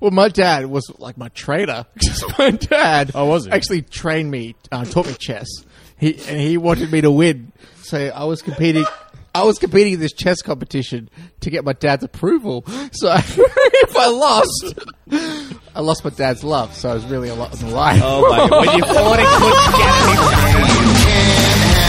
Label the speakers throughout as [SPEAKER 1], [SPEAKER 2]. [SPEAKER 1] Well, my dad was like my trainer. 'Cause my dad,
[SPEAKER 2] Oh, was he?
[SPEAKER 1] actually trained me, uh, taught me chess. He and he wanted me to win, so I was competing. I was competing in this chess competition to get my dad's approval. So if I lost, I lost my dad's love. So I was really a lot on the line.
[SPEAKER 3] Oh my god. When you thought it couldn't get any better.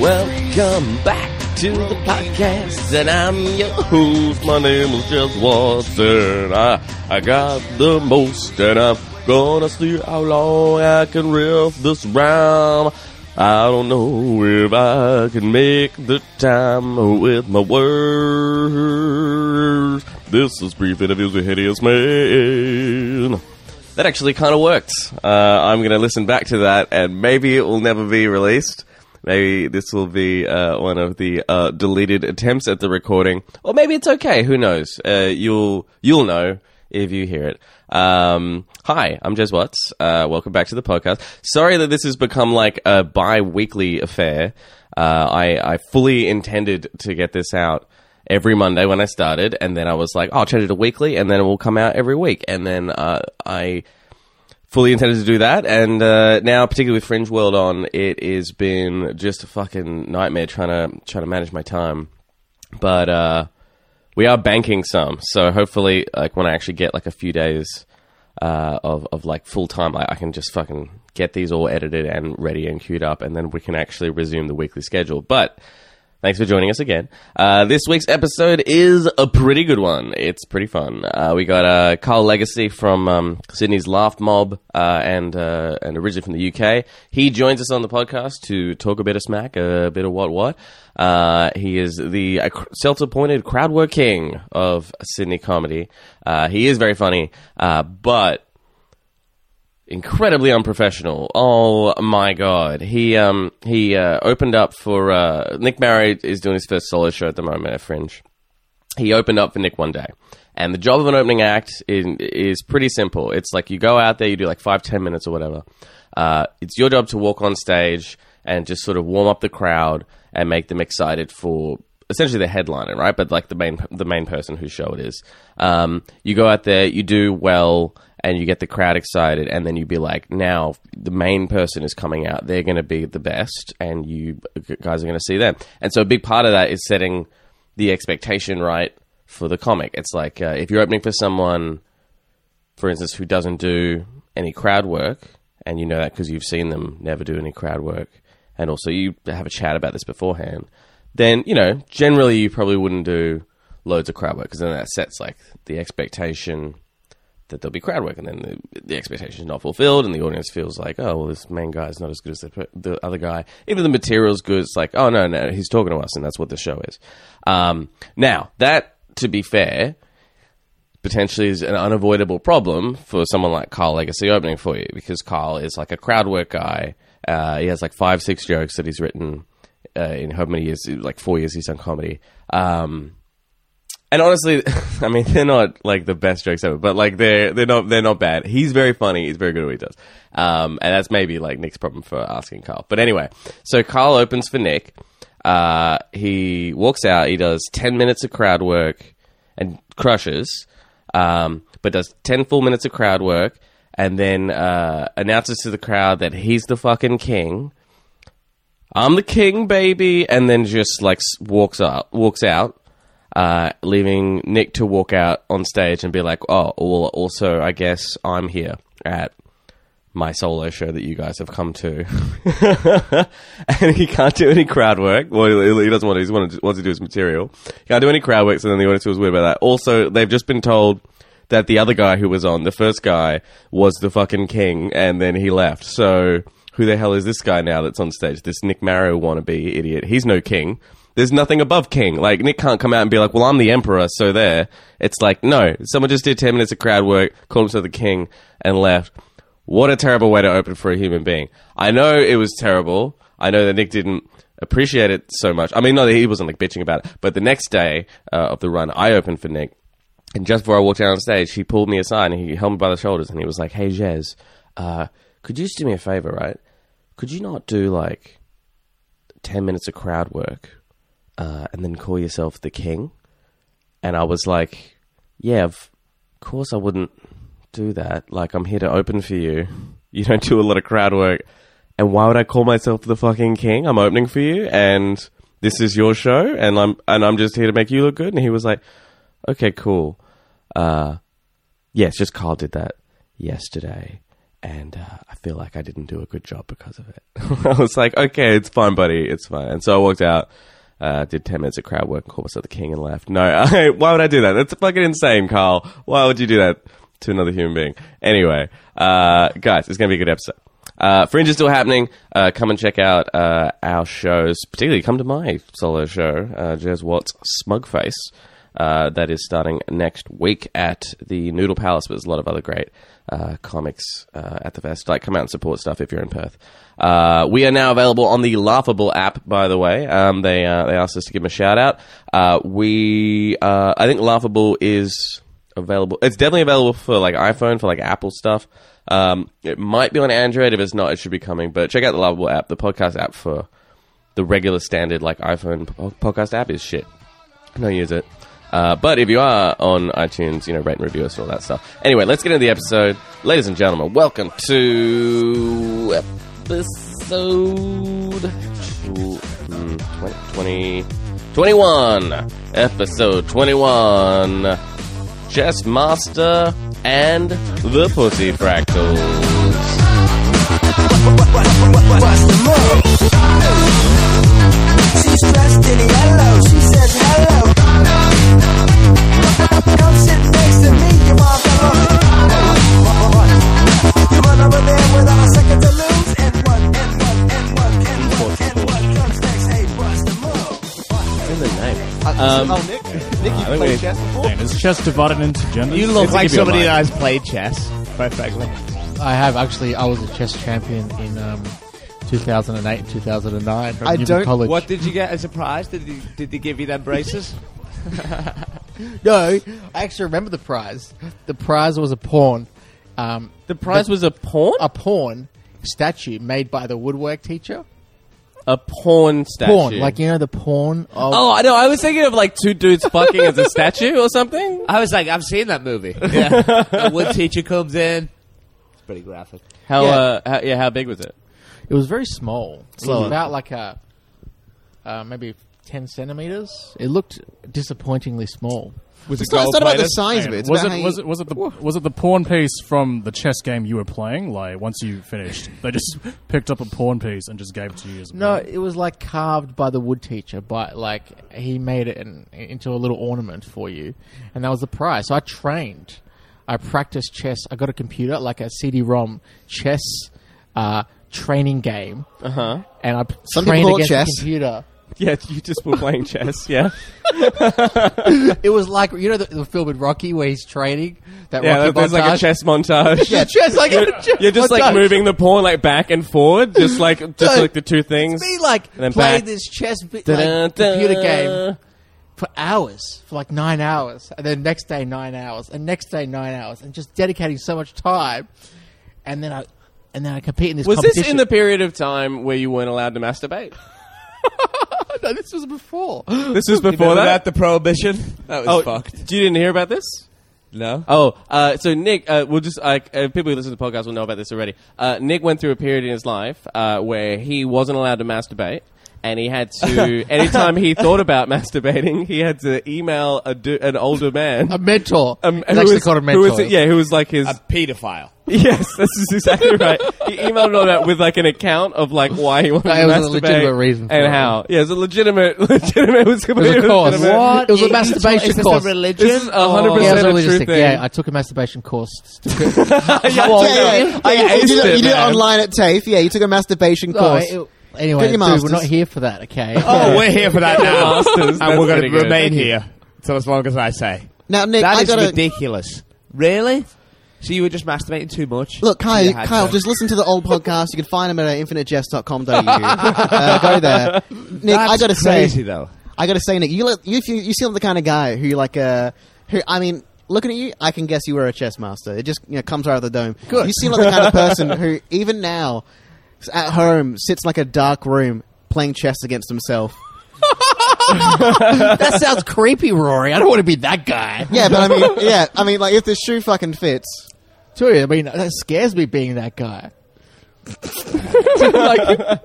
[SPEAKER 3] Welcome back to the podcast, and I'm your host. My name is Jeff Watson. I, I got the most, and I'm gonna see how long I can riff this rhyme. I don't know if I can make the time with my words. This is brief interviews with hideous man. That actually kind of worked. Uh, I'm going to listen back to that, and maybe it will never be released. Maybe this will be uh, one of the uh, deleted attempts at the recording, or maybe it's okay. Who knows? Uh, you'll you'll know if you hear it. Um, hi, I'm Jez Watts. Uh, welcome back to the podcast. Sorry that this has become like a bi-weekly affair. Uh, I I fully intended to get this out every Monday when I started, and then I was like, oh, I'll change it to weekly, and then it will come out every week. And then uh, I fully intended to do that, and uh, now, particularly with Fringe World on, it has been just a fucking nightmare trying to trying to manage my time. But uh, we are banking some, so hopefully, like when I actually get like a few days uh, of of like full time, I, I can just fucking get these all edited and ready and queued up, and then we can actually resume the weekly schedule. But Thanks for joining us again. Uh, this week's episode is a pretty good one. It's pretty fun. Uh, we got uh, Carl Legacy from um, Sydney's Laugh Mob uh, and uh, and originally from the UK. He joins us on the podcast to talk a bit of smack, a bit of what what. Uh, he is the uh, self-appointed crowd work king of Sydney comedy. Uh, he is very funny, uh, but incredibly unprofessional. Oh my god. He um he uh, opened up for uh, Nick Murray is doing his first solo show at the moment at Fringe. He opened up for Nick one day. And the job of an opening act in, is pretty simple. It's like you go out there, you do like five, ten minutes or whatever. Uh, it's your job to walk on stage and just sort of warm up the crowd and make them excited for essentially the headliner, right? But like the main the main person whose show it is. Um, you go out there, you do well, and you get the crowd excited, and then you be like, now the main person is coming out. They're going to be the best, and you guys are going to see them. And so a big part of that is setting the expectation right for the comic. It's like uh, if you're opening for someone for instance, who doesn't do any crowd work, and you know that because you've seen them never do any crowd work, and also you have a chat about this beforehand, then, you know, generally you probably wouldn't do loads of crowd work because then that sets like the expectation that there'll be crowd work, and then the, the expectation is not fulfilled, and the audience feels like, oh, well, this main guy is not as good as the, per- the other guy. Even the material's good, it's like, oh, no, no, he's talking to us, and that's what the show is. Um, now, that, to be fair, potentially is an unavoidable problem for someone like Carl Legacy opening for you because Carl is like a crowd work guy. Uh, he has like five, six jokes that he's written uh, in how many years, like four years he's done comedy. Um, and honestly, I mean, they're not like the best jokes ever, but like they're they're not they're not bad. He's very funny. He's very good at what he does. Um, and that's maybe like Nick's problem for asking Carl. But anyway, so Carl opens for Nick. Uh, he walks out. He does ten minutes of crowd work and crushes. Um, but does ten full minutes of crowd work and then uh, announces to the crowd that he's the fucking king. I'm the king, baby, and then just like s- walks out, walks out, uh, leaving Nick to walk out on stage and be like, "Oh, well, also, I guess I'm here at my solo show that you guys have come to," and he can't do any crowd work. Well, he he doesn't want to. He wants to, wants to do his material. He can't do any crowd work. So then the audience was weird about that. Also, they've just been told that the other guy who was on, the first guy, was the fucking king, and then he left. So who the hell is this guy now that's on stage? This Nick Mario wannabe idiot. He's no king. There's nothing above king. Like Nick can't come out and be like, "Well, I'm the emperor," so there. It's like, no, someone just did ten minutes of crowd work, called himself the king, and left. What a terrible way to open for a human being. I know it was terrible. I know that Nick didn't appreciate it so much. I mean, not that he wasn't like bitching about it, but the next day uh, of the run, I opened for Nick. And just before I walked down on stage, he pulled me aside and he held me by the shoulders and he was like, Hey, Jez, uh, could you just do me a favor, right? Could you not do like 10 minutes of crowd work uh, and then call yourself the king? And I was like, yeah, of course I wouldn't do that. Like, I'm here to open for you. You don't do a lot of crowd work. And why would I call myself the fucking king? I'm opening for you and this is your show and I'm and I'm just here to make you look good. And he was like, okay, cool. Uh, yes, just Carl did that yesterday. And uh, I feel like I didn't do a good job because of it. I was like, okay, it's fine, buddy. It's fine. And so I walked out, uh, did 10 minutes of crowd work, and called myself the king and left. No, I, why would I do that? That's fucking insane, Carl. Why would you do that to another human being? Anyway, uh, guys, it's going to be a good episode. Uh, Fringe is still happening. Uh, come and check out uh, our shows, particularly come to my solo show, uh, Jez Watts Smugface uh, that is starting next week at the Noodle Palace. But there's a lot of other great uh, comics uh, at the fest. Like, come out and support stuff if you're in Perth. Uh, we are now available on the Laughable app, by the way. Um, they uh, they asked us to give them a shout out. Uh, we uh, I think Laughable is available. It's definitely available for like iPhone for like Apple stuff. Um, it might be on Android. If it's not, it should be coming. But check out the Laughable app, the podcast app for the regular standard like iPhone po- podcast app is shit. Don't use it. Uh, but if you are on iTunes, you know, rate and review us and all that stuff. Anyway, let's get into the episode. Ladies and gentlemen, welcome to episode tw- mm, 20, 21. Episode 21. Chess Master and the Pussy Fractals.
[SPEAKER 2] What's the move? She's dressed in yellow. She says hello. Come sit next to me, you motherfucker. Run over there without a second to lose. And what? And what? And what? And what? And what comes next? Hey, what's the move?
[SPEAKER 3] What's in the name?
[SPEAKER 1] Um, oh, Nick, Nick, you
[SPEAKER 4] think we-
[SPEAKER 1] played chess before.
[SPEAKER 4] Man, is chess divided into genders?
[SPEAKER 1] You look
[SPEAKER 4] It's
[SPEAKER 1] like
[SPEAKER 4] gonna be
[SPEAKER 1] somebody
[SPEAKER 4] a
[SPEAKER 1] that
[SPEAKER 4] lie.
[SPEAKER 1] has played chess.
[SPEAKER 4] Perfectly.
[SPEAKER 1] I have actually. I was a chess champion in um, 2008 and 2009. From
[SPEAKER 5] I
[SPEAKER 1] Newman
[SPEAKER 5] don't-
[SPEAKER 1] College.
[SPEAKER 6] What did you get as a prize? Did they, did they give you them braces?
[SPEAKER 1] No, I actually remember the prize. The prize was a pawn. Um,
[SPEAKER 3] The prize was a pawn?
[SPEAKER 1] a pawn statue made by the woodwork teacher.
[SPEAKER 3] A pawn statue.
[SPEAKER 1] Pawn, like you know, the pawn of.
[SPEAKER 3] Oh, I know. I was thinking of like two dudes fucking as a statue or something.
[SPEAKER 6] I was like, I've seen that movie. Yeah. a wood teacher comes in. It's pretty graphic.
[SPEAKER 3] How
[SPEAKER 1] Yeah.
[SPEAKER 3] uh how, yeah, how big was it?
[SPEAKER 1] It was very small. It was
[SPEAKER 3] Slower.
[SPEAKER 1] about like a uh, maybe ten centimeters. It looked disappointingly small.
[SPEAKER 5] Was
[SPEAKER 7] It's not, it's not about the size of it.
[SPEAKER 4] Hang
[SPEAKER 7] It's
[SPEAKER 4] on, Was
[SPEAKER 7] about how
[SPEAKER 4] it
[SPEAKER 7] you-
[SPEAKER 4] was it was it the was it the pawn piece from the chess game you were playing? Like once you finished, they just picked up a pawn piece and just gave it to you as a
[SPEAKER 1] No,
[SPEAKER 4] pawn?
[SPEAKER 1] it was like carved by the wood teacher, but like he made it in, into a little ornament for you, and that was the prize. So I trained, I practiced chess. I got a computer, like a CD-ROM chess uh, training game, uh-huh. and I p-
[SPEAKER 7] Some people
[SPEAKER 1] trained
[SPEAKER 7] call it
[SPEAKER 1] against
[SPEAKER 7] chess.
[SPEAKER 1] the computer.
[SPEAKER 3] Yeah, you just were playing chess. Yeah,
[SPEAKER 1] It was like you know the, the film with Rocky where he's training that
[SPEAKER 3] yeah.
[SPEAKER 1] Rocky
[SPEAKER 3] that- There's like a
[SPEAKER 1] montage?
[SPEAKER 3] chess montage.
[SPEAKER 1] Yeah, chess. Like
[SPEAKER 3] You're,
[SPEAKER 1] a chess
[SPEAKER 3] you're just like
[SPEAKER 1] montage.
[SPEAKER 3] moving the pawn like back and forward, just like just
[SPEAKER 1] Dude,
[SPEAKER 3] like the two things.
[SPEAKER 1] me like
[SPEAKER 3] And then
[SPEAKER 1] play
[SPEAKER 3] back.
[SPEAKER 1] this chess vi-
[SPEAKER 3] Da-da-da.
[SPEAKER 1] like, computer game for hours, for like nine hours, and then next day nine hours, and next day nine hours, and just dedicating so much time, and then I and then I compete in this.
[SPEAKER 3] Was this in
[SPEAKER 1] competition.
[SPEAKER 3] the period of time where you weren't allowed to masturbate?
[SPEAKER 1] No, this was before.
[SPEAKER 3] This was before
[SPEAKER 6] Remember
[SPEAKER 3] that.
[SPEAKER 6] the prohibition? That was
[SPEAKER 3] oh,
[SPEAKER 6] fucked.
[SPEAKER 3] you didn't hear about this?
[SPEAKER 6] No?
[SPEAKER 3] Oh, uh, so Nick, uh, we'll just uh, uh, people who listen to the podcast will know about this already. Uh, Nick went through a period in his life uh, where he wasn't allowed to masturbate, and he had to. anytime he thought about masturbating, he had to email a du- an older man.
[SPEAKER 1] A mentor.
[SPEAKER 3] Um,
[SPEAKER 1] It's actually called a
[SPEAKER 3] who
[SPEAKER 1] mentor.
[SPEAKER 3] was- yeah, who was like his.
[SPEAKER 6] A pedophile.
[SPEAKER 3] yes, this is exactly right. He emailed all that with like an account of like why he wanted
[SPEAKER 1] That
[SPEAKER 3] to
[SPEAKER 1] was a
[SPEAKER 3] masturbate
[SPEAKER 1] legitimate reason for
[SPEAKER 3] and
[SPEAKER 1] it.
[SPEAKER 3] how. Yeah, it's a legitimate, legitimate. It was
[SPEAKER 1] It was
[SPEAKER 3] completely
[SPEAKER 1] a course.
[SPEAKER 3] legitimate.
[SPEAKER 1] It was a
[SPEAKER 6] Is this-
[SPEAKER 1] masturbation
[SPEAKER 6] is this a
[SPEAKER 1] course.
[SPEAKER 6] religion?
[SPEAKER 3] This is a hundred
[SPEAKER 1] Yeah, it was
[SPEAKER 3] percent
[SPEAKER 1] a
[SPEAKER 3] a true
[SPEAKER 1] realistic.
[SPEAKER 3] thing.
[SPEAKER 1] Yeah, I took a masturbation course. To,
[SPEAKER 3] How old-
[SPEAKER 7] yeah, yeah.
[SPEAKER 6] Oh,
[SPEAKER 3] I
[SPEAKER 7] yeah, you, did
[SPEAKER 3] aced
[SPEAKER 7] it, you did it
[SPEAKER 3] man.
[SPEAKER 7] online at TAFE. Yeah, you took a masturbation
[SPEAKER 1] oh,
[SPEAKER 7] course.
[SPEAKER 1] it, anyway,
[SPEAKER 7] Get your
[SPEAKER 1] dude, we're
[SPEAKER 7] masters.
[SPEAKER 1] not here for that. Okay.
[SPEAKER 6] Oh, we're here for that now.
[SPEAKER 3] Masters, that's
[SPEAKER 6] and we're going
[SPEAKER 3] pretty
[SPEAKER 6] to
[SPEAKER 3] good.
[SPEAKER 6] remain here. So as long as I say.
[SPEAKER 7] now, Nick,
[SPEAKER 6] That
[SPEAKER 7] I
[SPEAKER 6] is
[SPEAKER 7] gotta.
[SPEAKER 6] ridiculous. Really? So you were just masturbating too much.
[SPEAKER 7] Look,
[SPEAKER 6] So you
[SPEAKER 7] Kyle,
[SPEAKER 6] had
[SPEAKER 7] Kyle,
[SPEAKER 6] to-
[SPEAKER 7] just listen to the old podcast. You can find them at infinitejets.com.au. uh, go there. Nick,
[SPEAKER 6] That's
[SPEAKER 7] I gotta
[SPEAKER 6] crazy
[SPEAKER 7] say,
[SPEAKER 6] though.
[SPEAKER 7] I gotta say, Nick, you look, you, you you seem the kind of guy who you like. Uh, who I mean, looking at you, I can guess you were a chess master. It just you know comes right out of the dome. Good. You seem like the kind of person who, even now, s- at home, sits in like a dark room playing chess against himself.
[SPEAKER 1] that sounds creepy, Rory. I don't want to be that guy.
[SPEAKER 7] Yeah, but I mean, yeah, I mean, like if the shoe fucking fits.
[SPEAKER 1] Tell you, I mean, that scares me being that guy. like,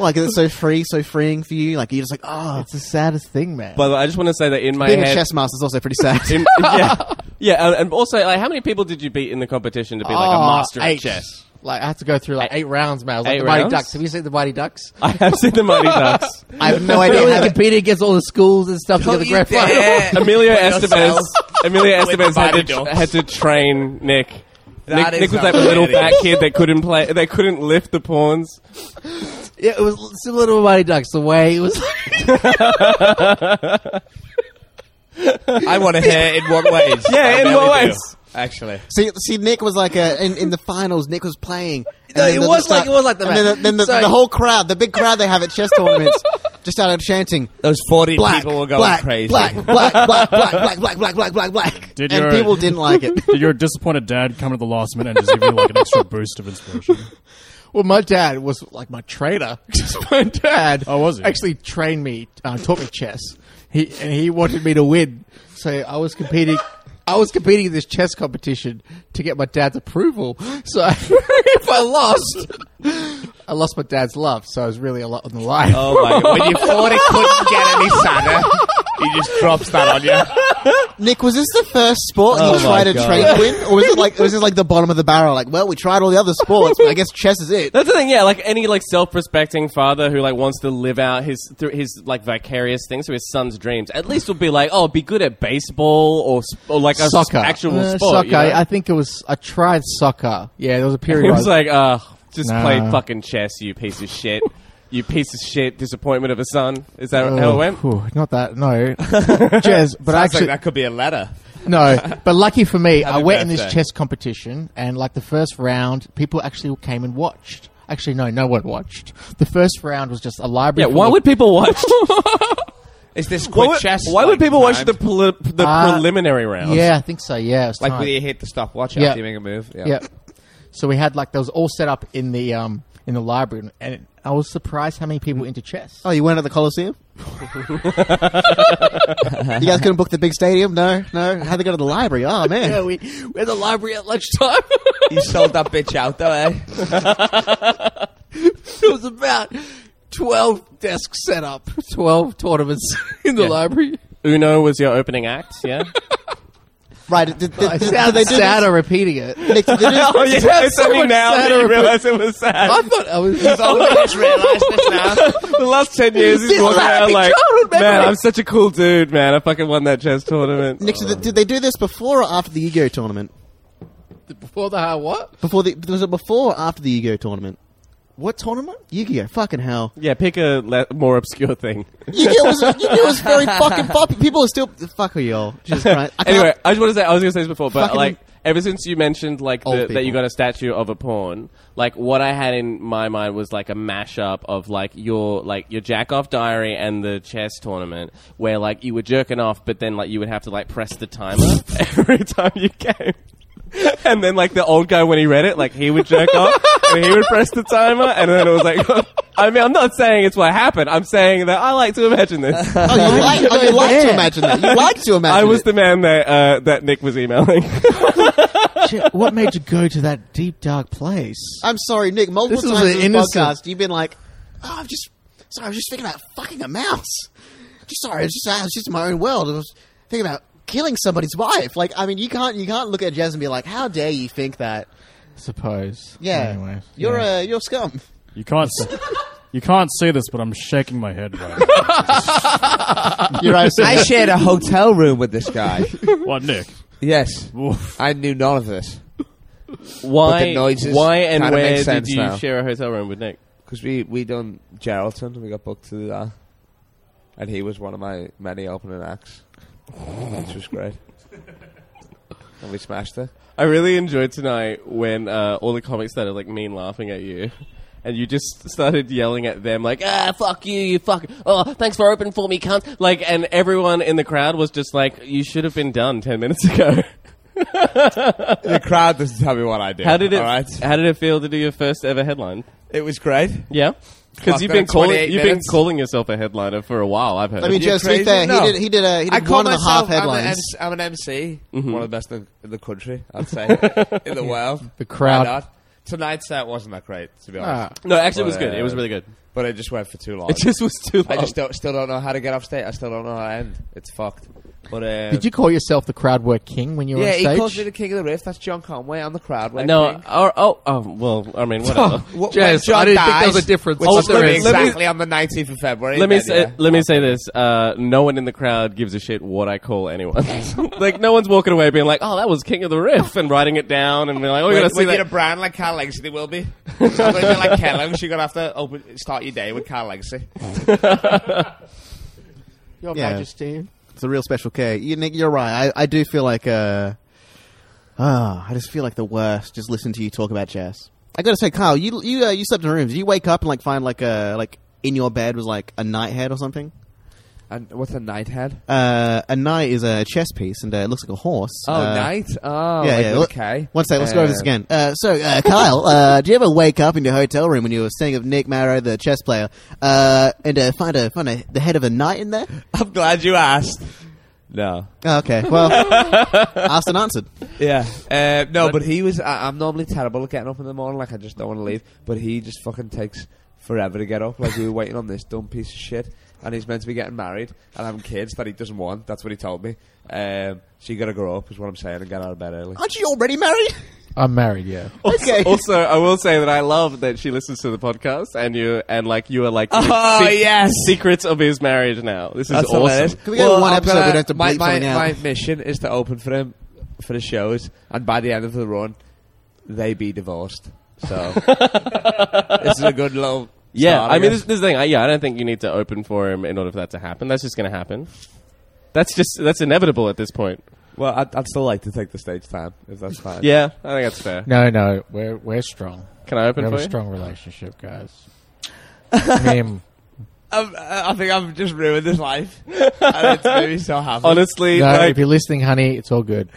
[SPEAKER 7] Like it's so free, so freeing for you. Like you're just like, oh,
[SPEAKER 1] it's the saddest thing, man.
[SPEAKER 3] By the way, I just want to say that in my
[SPEAKER 7] being a
[SPEAKER 3] head,
[SPEAKER 7] chess master is also pretty sad.
[SPEAKER 3] in- yeah, yeah, and, and also like, how many people did you beat in the competition to be like a
[SPEAKER 1] Oh,
[SPEAKER 3] master at
[SPEAKER 1] eight.
[SPEAKER 3] chess?
[SPEAKER 1] Like, I had to go through like eight, rounds, man. I was like
[SPEAKER 3] Eight
[SPEAKER 1] the Mighty
[SPEAKER 3] rounds?
[SPEAKER 1] Ducks. Have you seen the Mighty Ducks?
[SPEAKER 3] I have seen the Mighty Ducks.
[SPEAKER 7] I have no
[SPEAKER 1] I
[SPEAKER 7] idea. how
[SPEAKER 1] they
[SPEAKER 7] to-
[SPEAKER 1] competed against all the schools and stuff to get the grand final.
[SPEAKER 3] Emilio Estevez, Emilio Estevez
[SPEAKER 6] Mighty
[SPEAKER 3] had to
[SPEAKER 6] Ducks.
[SPEAKER 3] had to train Nick.
[SPEAKER 6] That
[SPEAKER 3] Nick,
[SPEAKER 6] is
[SPEAKER 3] Nick was like a
[SPEAKER 6] outrageous.
[SPEAKER 3] little fat kid that couldn't play, that couldn't lift the pawns.
[SPEAKER 1] Yeah, it was similar to Mighty Ducks. The way it was,
[SPEAKER 6] I want to hear in what ways.
[SPEAKER 3] Yeah,
[SPEAKER 6] I
[SPEAKER 3] in
[SPEAKER 6] really
[SPEAKER 3] what
[SPEAKER 6] do,
[SPEAKER 3] ways?
[SPEAKER 6] Actually,
[SPEAKER 7] See, see, Nick was like uh in, in the finals. Nick was playing.
[SPEAKER 1] No,
[SPEAKER 7] And
[SPEAKER 1] it
[SPEAKER 7] then
[SPEAKER 1] was
[SPEAKER 7] the start-
[SPEAKER 1] like- it was like that,
[SPEAKER 7] And then,
[SPEAKER 1] man.
[SPEAKER 7] the, then the,
[SPEAKER 1] So-
[SPEAKER 7] the whole crowd, the big crowd they have at chess tournaments, just started chanting
[SPEAKER 6] those forty
[SPEAKER 7] black,
[SPEAKER 6] people were going
[SPEAKER 7] black,
[SPEAKER 6] crazy.
[SPEAKER 7] black, black, black, black, black, black, black, black, black, black.
[SPEAKER 4] Did
[SPEAKER 7] and
[SPEAKER 4] your-
[SPEAKER 7] people didn't like it.
[SPEAKER 4] Did your disappointed dad come at the last minute and just give you like an extra boost of inspiration?
[SPEAKER 1] well, my dad was like my trainer. 'Cause my dad,
[SPEAKER 4] Oh, was he?
[SPEAKER 1] actually trained me, uh, taught me chess. He and he wanted me to win, so I was competing. I was competing in this chess competition to get my dad's approval. So if I lost, I lost my dad's love. So I was really a lot on the line.
[SPEAKER 6] Oh my god! When you thought it couldn't get any sadder, he just drops that on you.
[SPEAKER 7] Nick, was this the first sport
[SPEAKER 6] Oh
[SPEAKER 7] you tried
[SPEAKER 6] my
[SPEAKER 7] to train to win, or was it like was it like the bottom of the barrel? Like, well, we tried all the other sports, but I guess chess is it.
[SPEAKER 3] That's the thing, yeah. Like any like self-respecting father who like wants to live out his through his like vicarious things through his son's dreams, at least will be like, oh, be good at baseball or s- or like a
[SPEAKER 1] soccer,
[SPEAKER 3] s- actual
[SPEAKER 1] Uh,
[SPEAKER 3] sport.
[SPEAKER 1] Soccer.
[SPEAKER 3] you know?
[SPEAKER 1] I think it was. I tried soccer. Yeah, there was a period.
[SPEAKER 3] He
[SPEAKER 1] where I
[SPEAKER 3] was like, uh, just
[SPEAKER 1] Nah.
[SPEAKER 3] play fucking chess, you piece of shit. you piece of shit, disappointment of a son. Is that how it went?
[SPEAKER 1] phew, not that. No, chess. Oh, But
[SPEAKER 6] Sounds
[SPEAKER 1] actually,
[SPEAKER 6] like that could be a letter.
[SPEAKER 1] no. But lucky for me, I
[SPEAKER 6] Happy
[SPEAKER 1] went in this
[SPEAKER 6] birthday.
[SPEAKER 1] chess competition, and like the first round, people actually came and watched. Actually, no, no one watched. The first round was just a
[SPEAKER 3] Yeah,
[SPEAKER 1] library. full
[SPEAKER 3] why
[SPEAKER 1] of-
[SPEAKER 3] would people watch?
[SPEAKER 6] Is this quick
[SPEAKER 3] why would,
[SPEAKER 6] chess?
[SPEAKER 3] why would
[SPEAKER 6] like,
[SPEAKER 3] people watch
[SPEAKER 6] timed?
[SPEAKER 3] the preli- the
[SPEAKER 1] Uh,
[SPEAKER 3] preliminary round?
[SPEAKER 1] Yeah, I think so. Yeah, it was
[SPEAKER 6] Like,
[SPEAKER 1] time.
[SPEAKER 6] will you hit the stopwatch
[SPEAKER 1] Yeah.
[SPEAKER 6] after you make a move?
[SPEAKER 1] yeah. So we had like those all set up in the um in the library, and it, I was surprised how many people were into chess.
[SPEAKER 7] Oh, you weren't at the Coliseum? you guys couldn't book the big stadium? No, no. How'd they go to the library? Oh, man.
[SPEAKER 1] Yeah, we we're at the library at lunchtime.
[SPEAKER 6] You sold that bitch out though, eh?
[SPEAKER 1] it was about 12 desks set up, 12 tournaments in the library.
[SPEAKER 3] Uno oh, was your opening act. Yeah.
[SPEAKER 7] Right. Did, did, did,
[SPEAKER 1] It
[SPEAKER 7] did
[SPEAKER 1] sounds
[SPEAKER 7] they do
[SPEAKER 1] sad
[SPEAKER 7] this?
[SPEAKER 1] I'm repeating it.
[SPEAKER 7] Nick, did they do this?
[SPEAKER 3] oh yeah. It's
[SPEAKER 1] so
[SPEAKER 3] only
[SPEAKER 1] much
[SPEAKER 3] now that
[SPEAKER 1] sadder,
[SPEAKER 3] you
[SPEAKER 1] but-
[SPEAKER 3] realize it was sad.
[SPEAKER 1] I thought I was.
[SPEAKER 6] Oh, I just realised this now.
[SPEAKER 3] the last ten years, he's
[SPEAKER 1] This was
[SPEAKER 3] walking
[SPEAKER 1] a
[SPEAKER 3] around
[SPEAKER 1] happy
[SPEAKER 3] like,
[SPEAKER 1] childhood
[SPEAKER 3] man,
[SPEAKER 1] memory."
[SPEAKER 3] I'm such a cool dude, man. I fucking won that chess tournament.
[SPEAKER 7] Nick, did, did they do this before or after the Yu-Gi-Oh tournament?
[SPEAKER 1] Before the how what?
[SPEAKER 7] Before the was it before or after the Yu-Gi-Oh tournament?
[SPEAKER 1] What tournament?
[SPEAKER 7] Yu-Gi-Oh, fucking hell!
[SPEAKER 3] yeah, pick a le- more obscure thing.
[SPEAKER 7] Yu-Gi-Oh was, Yu-Gi-Oh was very fucking popular. People are still fuck are y'all. Jesus Christ! I can't-
[SPEAKER 3] anyway, I just want to say I was going to say this before, but
[SPEAKER 7] Fucking-
[SPEAKER 3] like ever since you mentioned like
[SPEAKER 7] Old
[SPEAKER 3] the, that you
[SPEAKER 7] people.
[SPEAKER 3] got a statue of a pawn, like what I had in my mind was like a mashup of like your like your jack off diary and the chess tournament, where like you were jerking off, but then like you would have to like press the timer every time you came. And then, like the old guy, when he read it, like he would jerk off, and he would press the timer, and then it was like, I mean, I'm not saying it's what happened. I'm saying that I like to imagine this.
[SPEAKER 7] oh, you like, oh, you like to imagine that. You like to imagine.
[SPEAKER 3] I was
[SPEAKER 7] it.
[SPEAKER 3] the man that uh, that Nick was emailing.
[SPEAKER 1] what made you go to that deep dark place?
[SPEAKER 7] I'm sorry, Nick. Multiple
[SPEAKER 1] This was
[SPEAKER 7] times
[SPEAKER 1] an
[SPEAKER 7] in this
[SPEAKER 1] innocent-
[SPEAKER 7] podcast, you've been like, "Oh, I've just sorry, I was just thinking about fucking a mouse. Just sorry, it's just I was just in my own world. I was thinking about killing somebody's wife. Like, I mean, you can't you can't look at Jazz and be like, how dare you think that?
[SPEAKER 1] Suppose.
[SPEAKER 7] Yeah,
[SPEAKER 1] Anyways,
[SPEAKER 7] you're
[SPEAKER 1] yeah.
[SPEAKER 7] uh, you're scum.
[SPEAKER 4] You can't. s- You can't see this, but I'm shaking my head. Right now.
[SPEAKER 7] You're right.
[SPEAKER 6] I shared a hotel room with this guy.
[SPEAKER 4] What, Nick?
[SPEAKER 6] yes,
[SPEAKER 4] Oof.
[SPEAKER 6] I knew none of this
[SPEAKER 3] Why?
[SPEAKER 6] But the noises
[SPEAKER 3] why and
[SPEAKER 6] kinda
[SPEAKER 3] where
[SPEAKER 6] make
[SPEAKER 3] did
[SPEAKER 6] sense
[SPEAKER 3] you
[SPEAKER 6] now.
[SPEAKER 3] share a hotel room with Nick?
[SPEAKER 6] because we we done Geraldton. We got booked to do that, and he was one of my many opening acts, which was great. And we smashed it.
[SPEAKER 3] I really enjoyed tonight when uh, all the comics started like mean laughing at you. And you just started yelling at them like, ah, fuck you, you fuck. Oh, thanks for opening for me, cunt. Like, and everyone in the crowd was just like, you should have been done 10 minutes ago.
[SPEAKER 6] the crowd doesn't tell me what I did.
[SPEAKER 3] How did it,
[SPEAKER 6] All right.
[SPEAKER 3] how did it feel to do your first ever headline?
[SPEAKER 6] It was great.
[SPEAKER 3] Yeah.
[SPEAKER 6] Fuck,
[SPEAKER 3] Because you've
[SPEAKER 6] that
[SPEAKER 3] been
[SPEAKER 6] was
[SPEAKER 3] calling,
[SPEAKER 6] 28
[SPEAKER 3] you've been
[SPEAKER 6] minutes.
[SPEAKER 3] calling yourself a headliner for a while. I've heard.
[SPEAKER 7] I mean,
[SPEAKER 6] You're
[SPEAKER 7] Joe, to be
[SPEAKER 6] crazy?
[SPEAKER 7] fair,
[SPEAKER 6] No.
[SPEAKER 7] he did he did, uh, he
[SPEAKER 6] I
[SPEAKER 7] did
[SPEAKER 6] call
[SPEAKER 7] one and a half
[SPEAKER 6] myself. I'm, an
[SPEAKER 7] headlines.
[SPEAKER 6] MC, I'm an MC, one of the best in, in the country, I'd say, in the world.
[SPEAKER 1] The crowd.
[SPEAKER 6] Why not? Tonight's set wasn't that great, to be honest.
[SPEAKER 3] no, actually, it was
[SPEAKER 6] But,
[SPEAKER 3] good. It was
[SPEAKER 6] uh,
[SPEAKER 3] really good.
[SPEAKER 6] But it just went for too long.
[SPEAKER 3] It just was too
[SPEAKER 6] I
[SPEAKER 3] long.
[SPEAKER 6] just don't, still don't know how to get off stage. I still don't know how to end. It's fucked. But uh,
[SPEAKER 1] Did you call yourself the crowd work king when you were
[SPEAKER 6] Yeah,
[SPEAKER 1] on stage?
[SPEAKER 6] he calls me the king of the riff. That's John Conway. I'm the crowd. work
[SPEAKER 3] no,
[SPEAKER 6] king.
[SPEAKER 3] oh, oh, oh, well, I mean, whatever.
[SPEAKER 6] Wh-
[SPEAKER 1] Jazz,
[SPEAKER 6] when John
[SPEAKER 1] I didn't think
[SPEAKER 6] dies,
[SPEAKER 1] there was a difference,
[SPEAKER 6] Which
[SPEAKER 1] but
[SPEAKER 6] is
[SPEAKER 1] there
[SPEAKER 6] gonna be
[SPEAKER 1] is.
[SPEAKER 3] Let me-
[SPEAKER 6] exactly on the 19th of February.
[SPEAKER 3] Let me
[SPEAKER 6] then,
[SPEAKER 3] say,
[SPEAKER 6] yeah.
[SPEAKER 3] let me say this. Uh, no one in the crowd gives a shit what I call anyone. like, no one's walking away being like, "Oh, that was King of the Riff," and writing it down and being like, "Oh, you
[SPEAKER 6] When,
[SPEAKER 3] gotta see
[SPEAKER 6] when you're a
[SPEAKER 3] that."
[SPEAKER 6] brand like Carl Legacy, they will be. I'm going to be like Kellogg's. You're going to have to open, start your day with Carl Legacy.
[SPEAKER 1] Your
[SPEAKER 7] Yeah.
[SPEAKER 1] Majesty.
[SPEAKER 7] It's a real special K. You, Nick, you're right. I, I do feel like uh, ah, I just feel like the worst. Just listen to you talk about jazz. I gotta say, Kyle, you you uh, you slept in a room. Did you wake up and like find like a like in your bed was like a night head or something?
[SPEAKER 6] And what's a night head?
[SPEAKER 7] Uh, a knight is a chess piece and uh, it looks like a horse.
[SPEAKER 6] Oh,
[SPEAKER 7] uh,
[SPEAKER 6] night. Oh,
[SPEAKER 7] yeah,
[SPEAKER 6] like
[SPEAKER 7] yeah.
[SPEAKER 6] with a
[SPEAKER 7] Look-
[SPEAKER 6] K.
[SPEAKER 7] One sec, let's go over this
[SPEAKER 6] Uh,
[SPEAKER 7] again. Uh, so, uh, Kyle, uh, do you ever wake up in your hotel room when you were staying with Nick Marrow, the chess player, uh, and uh, find a find a, the head of a knight in there?
[SPEAKER 6] I'm glad you asked. No.
[SPEAKER 7] Oh, okay, well, asked and answered.
[SPEAKER 6] Yeah. Uh, no, but he was. I, I'm normally terrible at getting up in the morning. Like I just don't want to leave. But he just fucking takes forever to get up. Like we were waiting on this dumb piece of shit, and he's meant to be getting married and having kids that he doesn't want. That's what he told me. Um, so you got to grow up, is what I'm saying, and get out of bed early.
[SPEAKER 7] Aren't you already married?
[SPEAKER 1] I'm married, yeah.
[SPEAKER 7] Okay.
[SPEAKER 3] Also, I will say that I love that she listens to the podcast, and you and like you are like
[SPEAKER 6] Oh, yes.
[SPEAKER 3] secrets of his marriage now. This is
[SPEAKER 6] That's
[SPEAKER 3] awesome.
[SPEAKER 6] hilarious.
[SPEAKER 7] Can we get one
[SPEAKER 6] I'm
[SPEAKER 7] episode we don't have to
[SPEAKER 6] my,
[SPEAKER 7] bleep
[SPEAKER 6] my,
[SPEAKER 7] something out?
[SPEAKER 6] my mission is to open for him for the shows, and by the end of the run, they be divorced. So this is a good little.
[SPEAKER 3] Yeah,
[SPEAKER 6] start,
[SPEAKER 3] I, mean,
[SPEAKER 6] guess.
[SPEAKER 3] this, this is the thing. I, yeah, I don't think you need to open for him in order for that to happen. That's just going to happen. That's just that's inevitable at this point.
[SPEAKER 6] Well, I'd, I'd still like to take the stage time if that's fine.
[SPEAKER 3] Yeah, I think that's fair.
[SPEAKER 1] No, no, we're we're strong.
[SPEAKER 3] Can I
[SPEAKER 1] We
[SPEAKER 3] open
[SPEAKER 1] have
[SPEAKER 3] for
[SPEAKER 1] a
[SPEAKER 3] you?
[SPEAKER 1] strong relationship, guys. I mean,
[SPEAKER 6] I'm, I I think I've just ruined his life. and it's made me so happy.
[SPEAKER 3] Honestly,
[SPEAKER 1] no,
[SPEAKER 3] like,
[SPEAKER 1] if you're listening, honey, it's all good.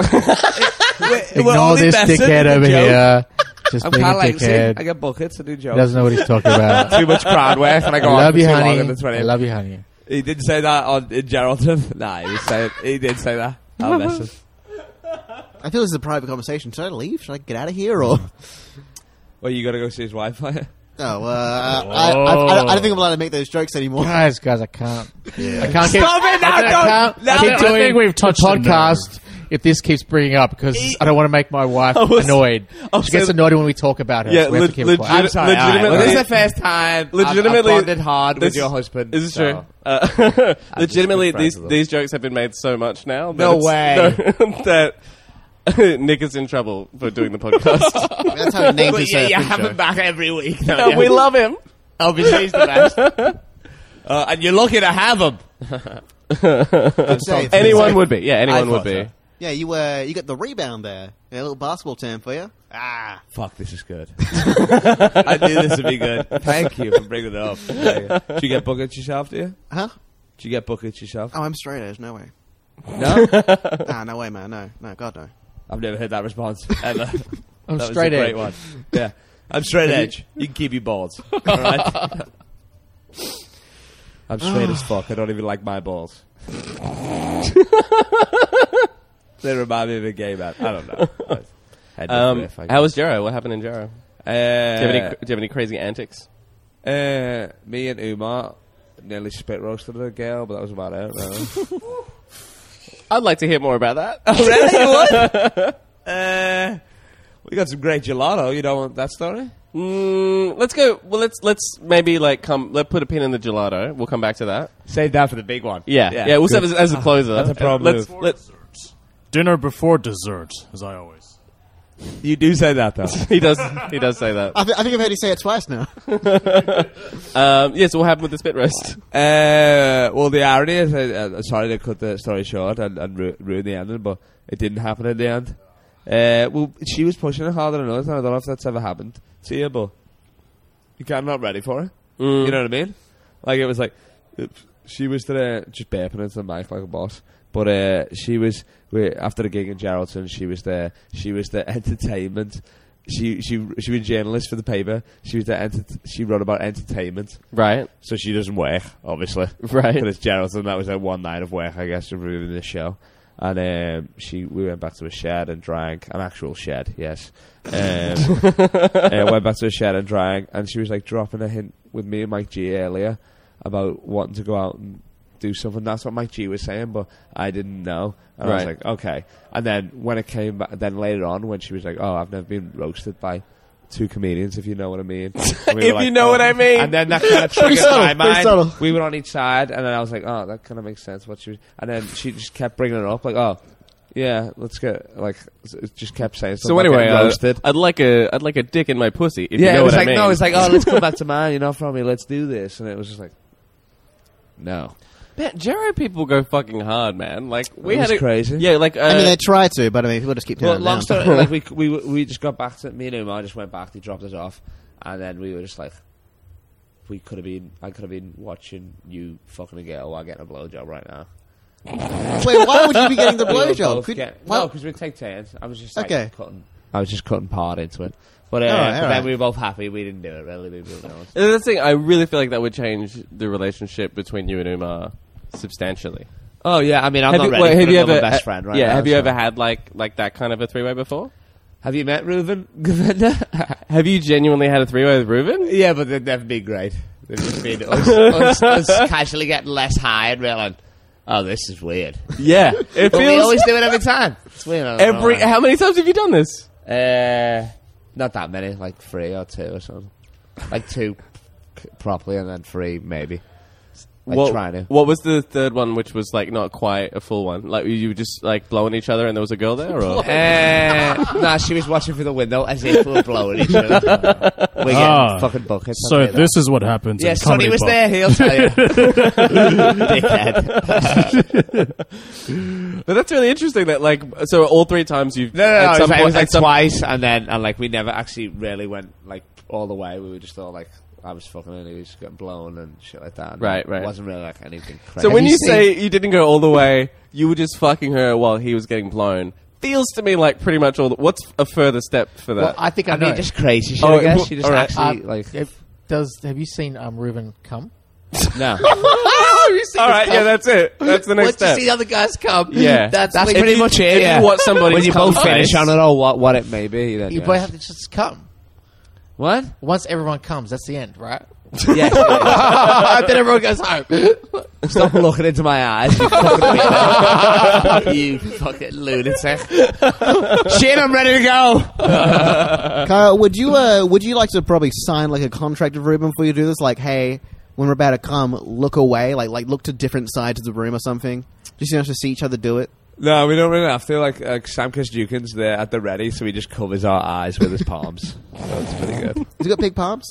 [SPEAKER 6] We're- we're
[SPEAKER 1] Ignore
[SPEAKER 6] only
[SPEAKER 1] this
[SPEAKER 6] messing
[SPEAKER 1] dickhead
[SPEAKER 6] with
[SPEAKER 1] over
[SPEAKER 6] a joke.
[SPEAKER 1] here. Just
[SPEAKER 6] I'm
[SPEAKER 1] being a
[SPEAKER 6] kind of like, see, I
[SPEAKER 1] dickhead.
[SPEAKER 6] get buckets and do jokes.
[SPEAKER 1] doesn't know what he's talking about.
[SPEAKER 6] too much crowd work, and I
[SPEAKER 1] I
[SPEAKER 6] go on
[SPEAKER 1] love
[SPEAKER 6] for
[SPEAKER 1] you,
[SPEAKER 6] too long in
[SPEAKER 1] honey.
[SPEAKER 6] the 20
[SPEAKER 1] I love you, honey.
[SPEAKER 6] He did say that on in Geraldton. Nah, he was saying he did say that. I'll listen.
[SPEAKER 7] I feel this is a private conversation. Should I leave? Should I get out of here? Or
[SPEAKER 6] Well, you got to go see his wife.
[SPEAKER 7] no? Uh, I, I, I, don't- I don't think I'm allowed to make those jokes anymore.
[SPEAKER 1] Guys, guys, I can't. I can't keep,
[SPEAKER 6] Stop it now,
[SPEAKER 1] I can't-
[SPEAKER 6] don't-
[SPEAKER 1] I can't
[SPEAKER 6] now
[SPEAKER 1] keep
[SPEAKER 6] don't-
[SPEAKER 1] doing
[SPEAKER 4] I think we've touched
[SPEAKER 1] the
[SPEAKER 4] a
[SPEAKER 1] podcast if this keeps bringing up because I don't want to make my wife
[SPEAKER 3] was-
[SPEAKER 1] annoyed.
[SPEAKER 3] I was
[SPEAKER 1] She gets
[SPEAKER 3] saying-
[SPEAKER 1] annoyed when we talk about her.
[SPEAKER 3] Yeah,
[SPEAKER 1] so we have to
[SPEAKER 3] le-
[SPEAKER 1] keep
[SPEAKER 3] legit-
[SPEAKER 1] quiet.
[SPEAKER 6] sorry, all right. Well, this is the
[SPEAKER 3] Legitimately-
[SPEAKER 6] first time. I've-
[SPEAKER 3] Legitimately-
[SPEAKER 6] I've bonded hard with
[SPEAKER 3] this-
[SPEAKER 6] your husband.
[SPEAKER 3] This is
[SPEAKER 6] so-
[SPEAKER 3] true. Uh, legitimately,
[SPEAKER 6] just been
[SPEAKER 3] these
[SPEAKER 6] friends with
[SPEAKER 3] these jokes have been made so much now. That
[SPEAKER 6] No
[SPEAKER 3] it's-
[SPEAKER 6] way.
[SPEAKER 3] no, that Nick is in trouble for doing the podcast.
[SPEAKER 7] That's how it names
[SPEAKER 6] But
[SPEAKER 7] his
[SPEAKER 6] you,
[SPEAKER 7] uh,
[SPEAKER 6] you
[SPEAKER 7] thing
[SPEAKER 6] have
[SPEAKER 7] show.
[SPEAKER 6] him back every week. don't you?
[SPEAKER 3] And we love him.
[SPEAKER 6] Obviously, he's the best. Uh, and you're lucky to have him.
[SPEAKER 7] Say,
[SPEAKER 3] Anyone would be. Yeah,
[SPEAKER 6] I
[SPEAKER 3] anyone
[SPEAKER 6] thought
[SPEAKER 3] would be.
[SPEAKER 6] so.
[SPEAKER 7] Yeah, you uh, you got the rebound there. Yeah, a little basketball term for you. Ah,
[SPEAKER 6] Fuck, this is good. I knew this would be good. Thank you for bringing it up. Yeah. Did you get buckets yourself, do you?
[SPEAKER 7] huh?
[SPEAKER 6] Did you get buckets yourself?
[SPEAKER 7] Oh, I'm straight edge. No way.
[SPEAKER 6] No?
[SPEAKER 7] ah, no way, man. No, no, God, no.
[SPEAKER 6] I've never heard that response, ever.
[SPEAKER 1] I'm
[SPEAKER 6] that
[SPEAKER 1] straight
[SPEAKER 6] was a great
[SPEAKER 1] edge.
[SPEAKER 6] one. Yeah. I'm straight edge. You can keep your balls. All right? I'm straight as fuck. I don't even like my balls. they remind me of a gay man. I don't know. Head
[SPEAKER 3] Um,
[SPEAKER 6] riff, I
[SPEAKER 3] how
[SPEAKER 6] guess.
[SPEAKER 3] was Jero? What happened in Jero?
[SPEAKER 6] Uh,
[SPEAKER 3] Do you, have any, do you have any crazy antics?
[SPEAKER 6] Uh, me and Umar nearly spit roasted a girl, but that was about it. Really.
[SPEAKER 3] I'd like to hear more about that.
[SPEAKER 6] really? What? uh, we got some great gelato. You don't want that story?
[SPEAKER 3] Mm, let's go. Well, let's let's maybe like come. Let put a pin in the gelato. We'll come back to that.
[SPEAKER 6] Save that for the big one.
[SPEAKER 3] Yeah, yeah. we'll
[SPEAKER 6] good.
[SPEAKER 3] set as, as a closer.
[SPEAKER 6] That's a proud
[SPEAKER 3] Let's,
[SPEAKER 6] move.
[SPEAKER 3] let's-
[SPEAKER 4] Dinner before dessert, as I always.
[SPEAKER 6] you do say that though.
[SPEAKER 3] he does. He does say that.
[SPEAKER 7] I, th- I think I've heard you say it twice now.
[SPEAKER 3] Um, yes. What happened with the spit roast?
[SPEAKER 6] uh, well, the irony is, uh, uh, sorry to cut the story short and, and ru- ruin the ending, but it didn't happen in the end. Uh, well, she was pushing it harder than us, and I don't know if that's ever happened to you, but you kind of not ready for it.
[SPEAKER 3] Mm.
[SPEAKER 6] You know what I mean? Like it was like oops, she was there just burping into the mic like a boss. But uh, she was we, after the gig in Geraldton. She was there. She was the entertainment. She she she was a journalist for the paper. She was the enter- she wrote about entertainment.
[SPEAKER 3] right,
[SPEAKER 6] So she doesn't work, obviously.
[SPEAKER 3] right.
[SPEAKER 6] But it's Geraldton. That was her one night of work, I guess, for reviewing the show. And um, she, we went back to a shed and drank an actual shed. Yes, um, uh, went back to a shed and drank. And she was like dropping a hint with me and Mike G earlier about wanting to go out and do something. That's what Mike G was saying, but I didn't know. And I was
[SPEAKER 3] Right.
[SPEAKER 6] like, okay. And then when it came, ba- then later on, when she was like, oh, I've never been roasted by two comedians, if you know what I mean. And we
[SPEAKER 3] If
[SPEAKER 6] were like,
[SPEAKER 3] you know
[SPEAKER 6] "Oh."
[SPEAKER 3] what I mean.
[SPEAKER 6] And then that kind of triggered
[SPEAKER 7] subtle,
[SPEAKER 6] my
[SPEAKER 7] very
[SPEAKER 6] mind
[SPEAKER 7] subtle.
[SPEAKER 6] we were on each side, and then I was like, oh, that kind of makes sense. What she was, and then she just kept bringing it up, like, oh, yeah, let's get like, s- it just kept saying.
[SPEAKER 3] So
[SPEAKER 6] something
[SPEAKER 3] anyway,
[SPEAKER 6] about getting
[SPEAKER 3] uh,
[SPEAKER 6] roasted.
[SPEAKER 3] I'd like a I'd like a dick in my pussy. If
[SPEAKER 6] yeah,
[SPEAKER 3] you know
[SPEAKER 6] it was
[SPEAKER 3] what
[SPEAKER 6] like
[SPEAKER 3] I mean.
[SPEAKER 6] no, it's like oh, let's go back to mine. You're not from me. Let's do this, and it was just like, no,
[SPEAKER 3] Man, Jero people go fucking hard, man. Like we
[SPEAKER 6] It
[SPEAKER 3] had
[SPEAKER 6] was
[SPEAKER 3] a,
[SPEAKER 6] crazy.
[SPEAKER 3] Yeah, like uh,
[SPEAKER 7] I mean, they try to, but I mean, people just keep
[SPEAKER 6] Well,
[SPEAKER 7] turning
[SPEAKER 6] long
[SPEAKER 7] it
[SPEAKER 6] story,
[SPEAKER 7] down.
[SPEAKER 6] like we, we we just got back to me and Umar just went back. They dropped us off, and then we were just like, we could have been, I could have been watching you fucking a girl while getting a blowjob right now.
[SPEAKER 7] Wait, why would you be getting the
[SPEAKER 6] We were
[SPEAKER 7] blowjob?
[SPEAKER 6] both
[SPEAKER 7] Could-
[SPEAKER 6] get-
[SPEAKER 7] why-
[SPEAKER 6] no, because we take turns. I was just like,
[SPEAKER 7] Okay.
[SPEAKER 6] cutting. I was just cutting part into it. But, uh,
[SPEAKER 7] All right,
[SPEAKER 6] but
[SPEAKER 7] all
[SPEAKER 6] then
[SPEAKER 7] right.
[SPEAKER 6] we were both happy. We didn't do it really. We moved on.
[SPEAKER 3] And that's the thing. I really feel like that would change the relationship between you and Umar substantially.
[SPEAKER 6] Oh yeah, I mean, I'm
[SPEAKER 3] have
[SPEAKER 6] not
[SPEAKER 3] you,
[SPEAKER 6] ready
[SPEAKER 3] wait,
[SPEAKER 6] for
[SPEAKER 3] have you
[SPEAKER 6] another
[SPEAKER 3] ever
[SPEAKER 6] best
[SPEAKER 3] ha-
[SPEAKER 6] friend right
[SPEAKER 3] Yeah,
[SPEAKER 6] now,
[SPEAKER 3] have you
[SPEAKER 6] so-
[SPEAKER 3] ever had like like that kind of a three way before?
[SPEAKER 6] Have you met Reuven Govender?
[SPEAKER 3] Have you genuinely had a three way with Reuben?
[SPEAKER 6] yeah, but they'd never been great. They've just been us, us, us casually getting less high and realizing, oh, this is weird.
[SPEAKER 3] Yeah, it
[SPEAKER 6] But we
[SPEAKER 3] feels
[SPEAKER 6] always do it every time. It's weird. I don't know
[SPEAKER 3] every. e-
[SPEAKER 6] why.
[SPEAKER 3] How many times have you done this?
[SPEAKER 6] uh, not that many, like three or two or something. Like two c- properly, and then three maybe. Like
[SPEAKER 3] what,
[SPEAKER 6] trying to.
[SPEAKER 3] what was the third one, which was like not quite a full one? Like you were just like blowing each other, and there was a girl there, or
[SPEAKER 6] Uh, nah, she was watching through the window as if we were blowing each other. We're getting
[SPEAKER 4] Ah.
[SPEAKER 6] fucking buckets. I'll
[SPEAKER 4] So
[SPEAKER 6] tell you that.
[SPEAKER 4] this is what happens.
[SPEAKER 6] Yeah,
[SPEAKER 4] in comedy
[SPEAKER 6] Sonny was
[SPEAKER 4] bar.
[SPEAKER 6] there, he'll tell you. Dickhead.
[SPEAKER 3] But that's really interesting. That like, so all three times you've
[SPEAKER 6] No, no, no.
[SPEAKER 3] at
[SPEAKER 6] It
[SPEAKER 3] some
[SPEAKER 6] was, like, it
[SPEAKER 3] point-
[SPEAKER 6] was
[SPEAKER 3] at
[SPEAKER 6] like
[SPEAKER 3] some-
[SPEAKER 6] twice, and then, and like, we never actually really went, like, all the way. We were just all like, I was fucking and he was getting blown and shit like that. And
[SPEAKER 3] Right, right.
[SPEAKER 6] It wasn't really like anything crazy.
[SPEAKER 3] So when you,
[SPEAKER 7] you
[SPEAKER 3] say you didn't go all the way, you were just fucking her while he was getting blown. Feels to me like pretty much all. The, what's a further step for
[SPEAKER 1] Well,
[SPEAKER 3] that?
[SPEAKER 1] I think I,
[SPEAKER 6] I
[SPEAKER 1] know.
[SPEAKER 6] mean, just crazy shit,
[SPEAKER 3] Oh,
[SPEAKER 6] I guess.
[SPEAKER 3] well,
[SPEAKER 6] You just
[SPEAKER 3] all right.
[SPEAKER 6] actually,
[SPEAKER 1] Um,
[SPEAKER 6] like,
[SPEAKER 1] if- does have you seen um, Reuben come?
[SPEAKER 6] no.
[SPEAKER 3] all right, yeah, that's it. That's the next
[SPEAKER 1] Once you
[SPEAKER 3] step.
[SPEAKER 1] see the other guys come,
[SPEAKER 3] Yeah.
[SPEAKER 1] that's,
[SPEAKER 6] That's
[SPEAKER 1] when
[SPEAKER 6] pretty
[SPEAKER 1] you-
[SPEAKER 6] much it,
[SPEAKER 3] if
[SPEAKER 6] yeah.
[SPEAKER 3] you watch somebody's
[SPEAKER 6] when you
[SPEAKER 3] cum
[SPEAKER 6] both finish
[SPEAKER 3] face-
[SPEAKER 6] on it or what, what it may be, then
[SPEAKER 1] You
[SPEAKER 6] yes.
[SPEAKER 1] both have to just come.
[SPEAKER 6] What?
[SPEAKER 1] Once everyone comes, that's the end, right?
[SPEAKER 6] Yes.
[SPEAKER 1] then everyone goes home.
[SPEAKER 6] Stop looking into my eyes, you fucking, weirdo. you fucking lunatic. Shit, I'm ready to go.
[SPEAKER 7] Kyle, would you uh, would you like to probably sign like a contract of Ruben before you do this? Like, hey, when we're about to come, look away, like like look to different sides of the room or something. Just you know, to see each other do it.
[SPEAKER 6] No, we don't really have to. Like, like Sam Kasdukin's there at the ready, so he just covers our eyes with his palms. That's pretty good.
[SPEAKER 7] Has he got big palms?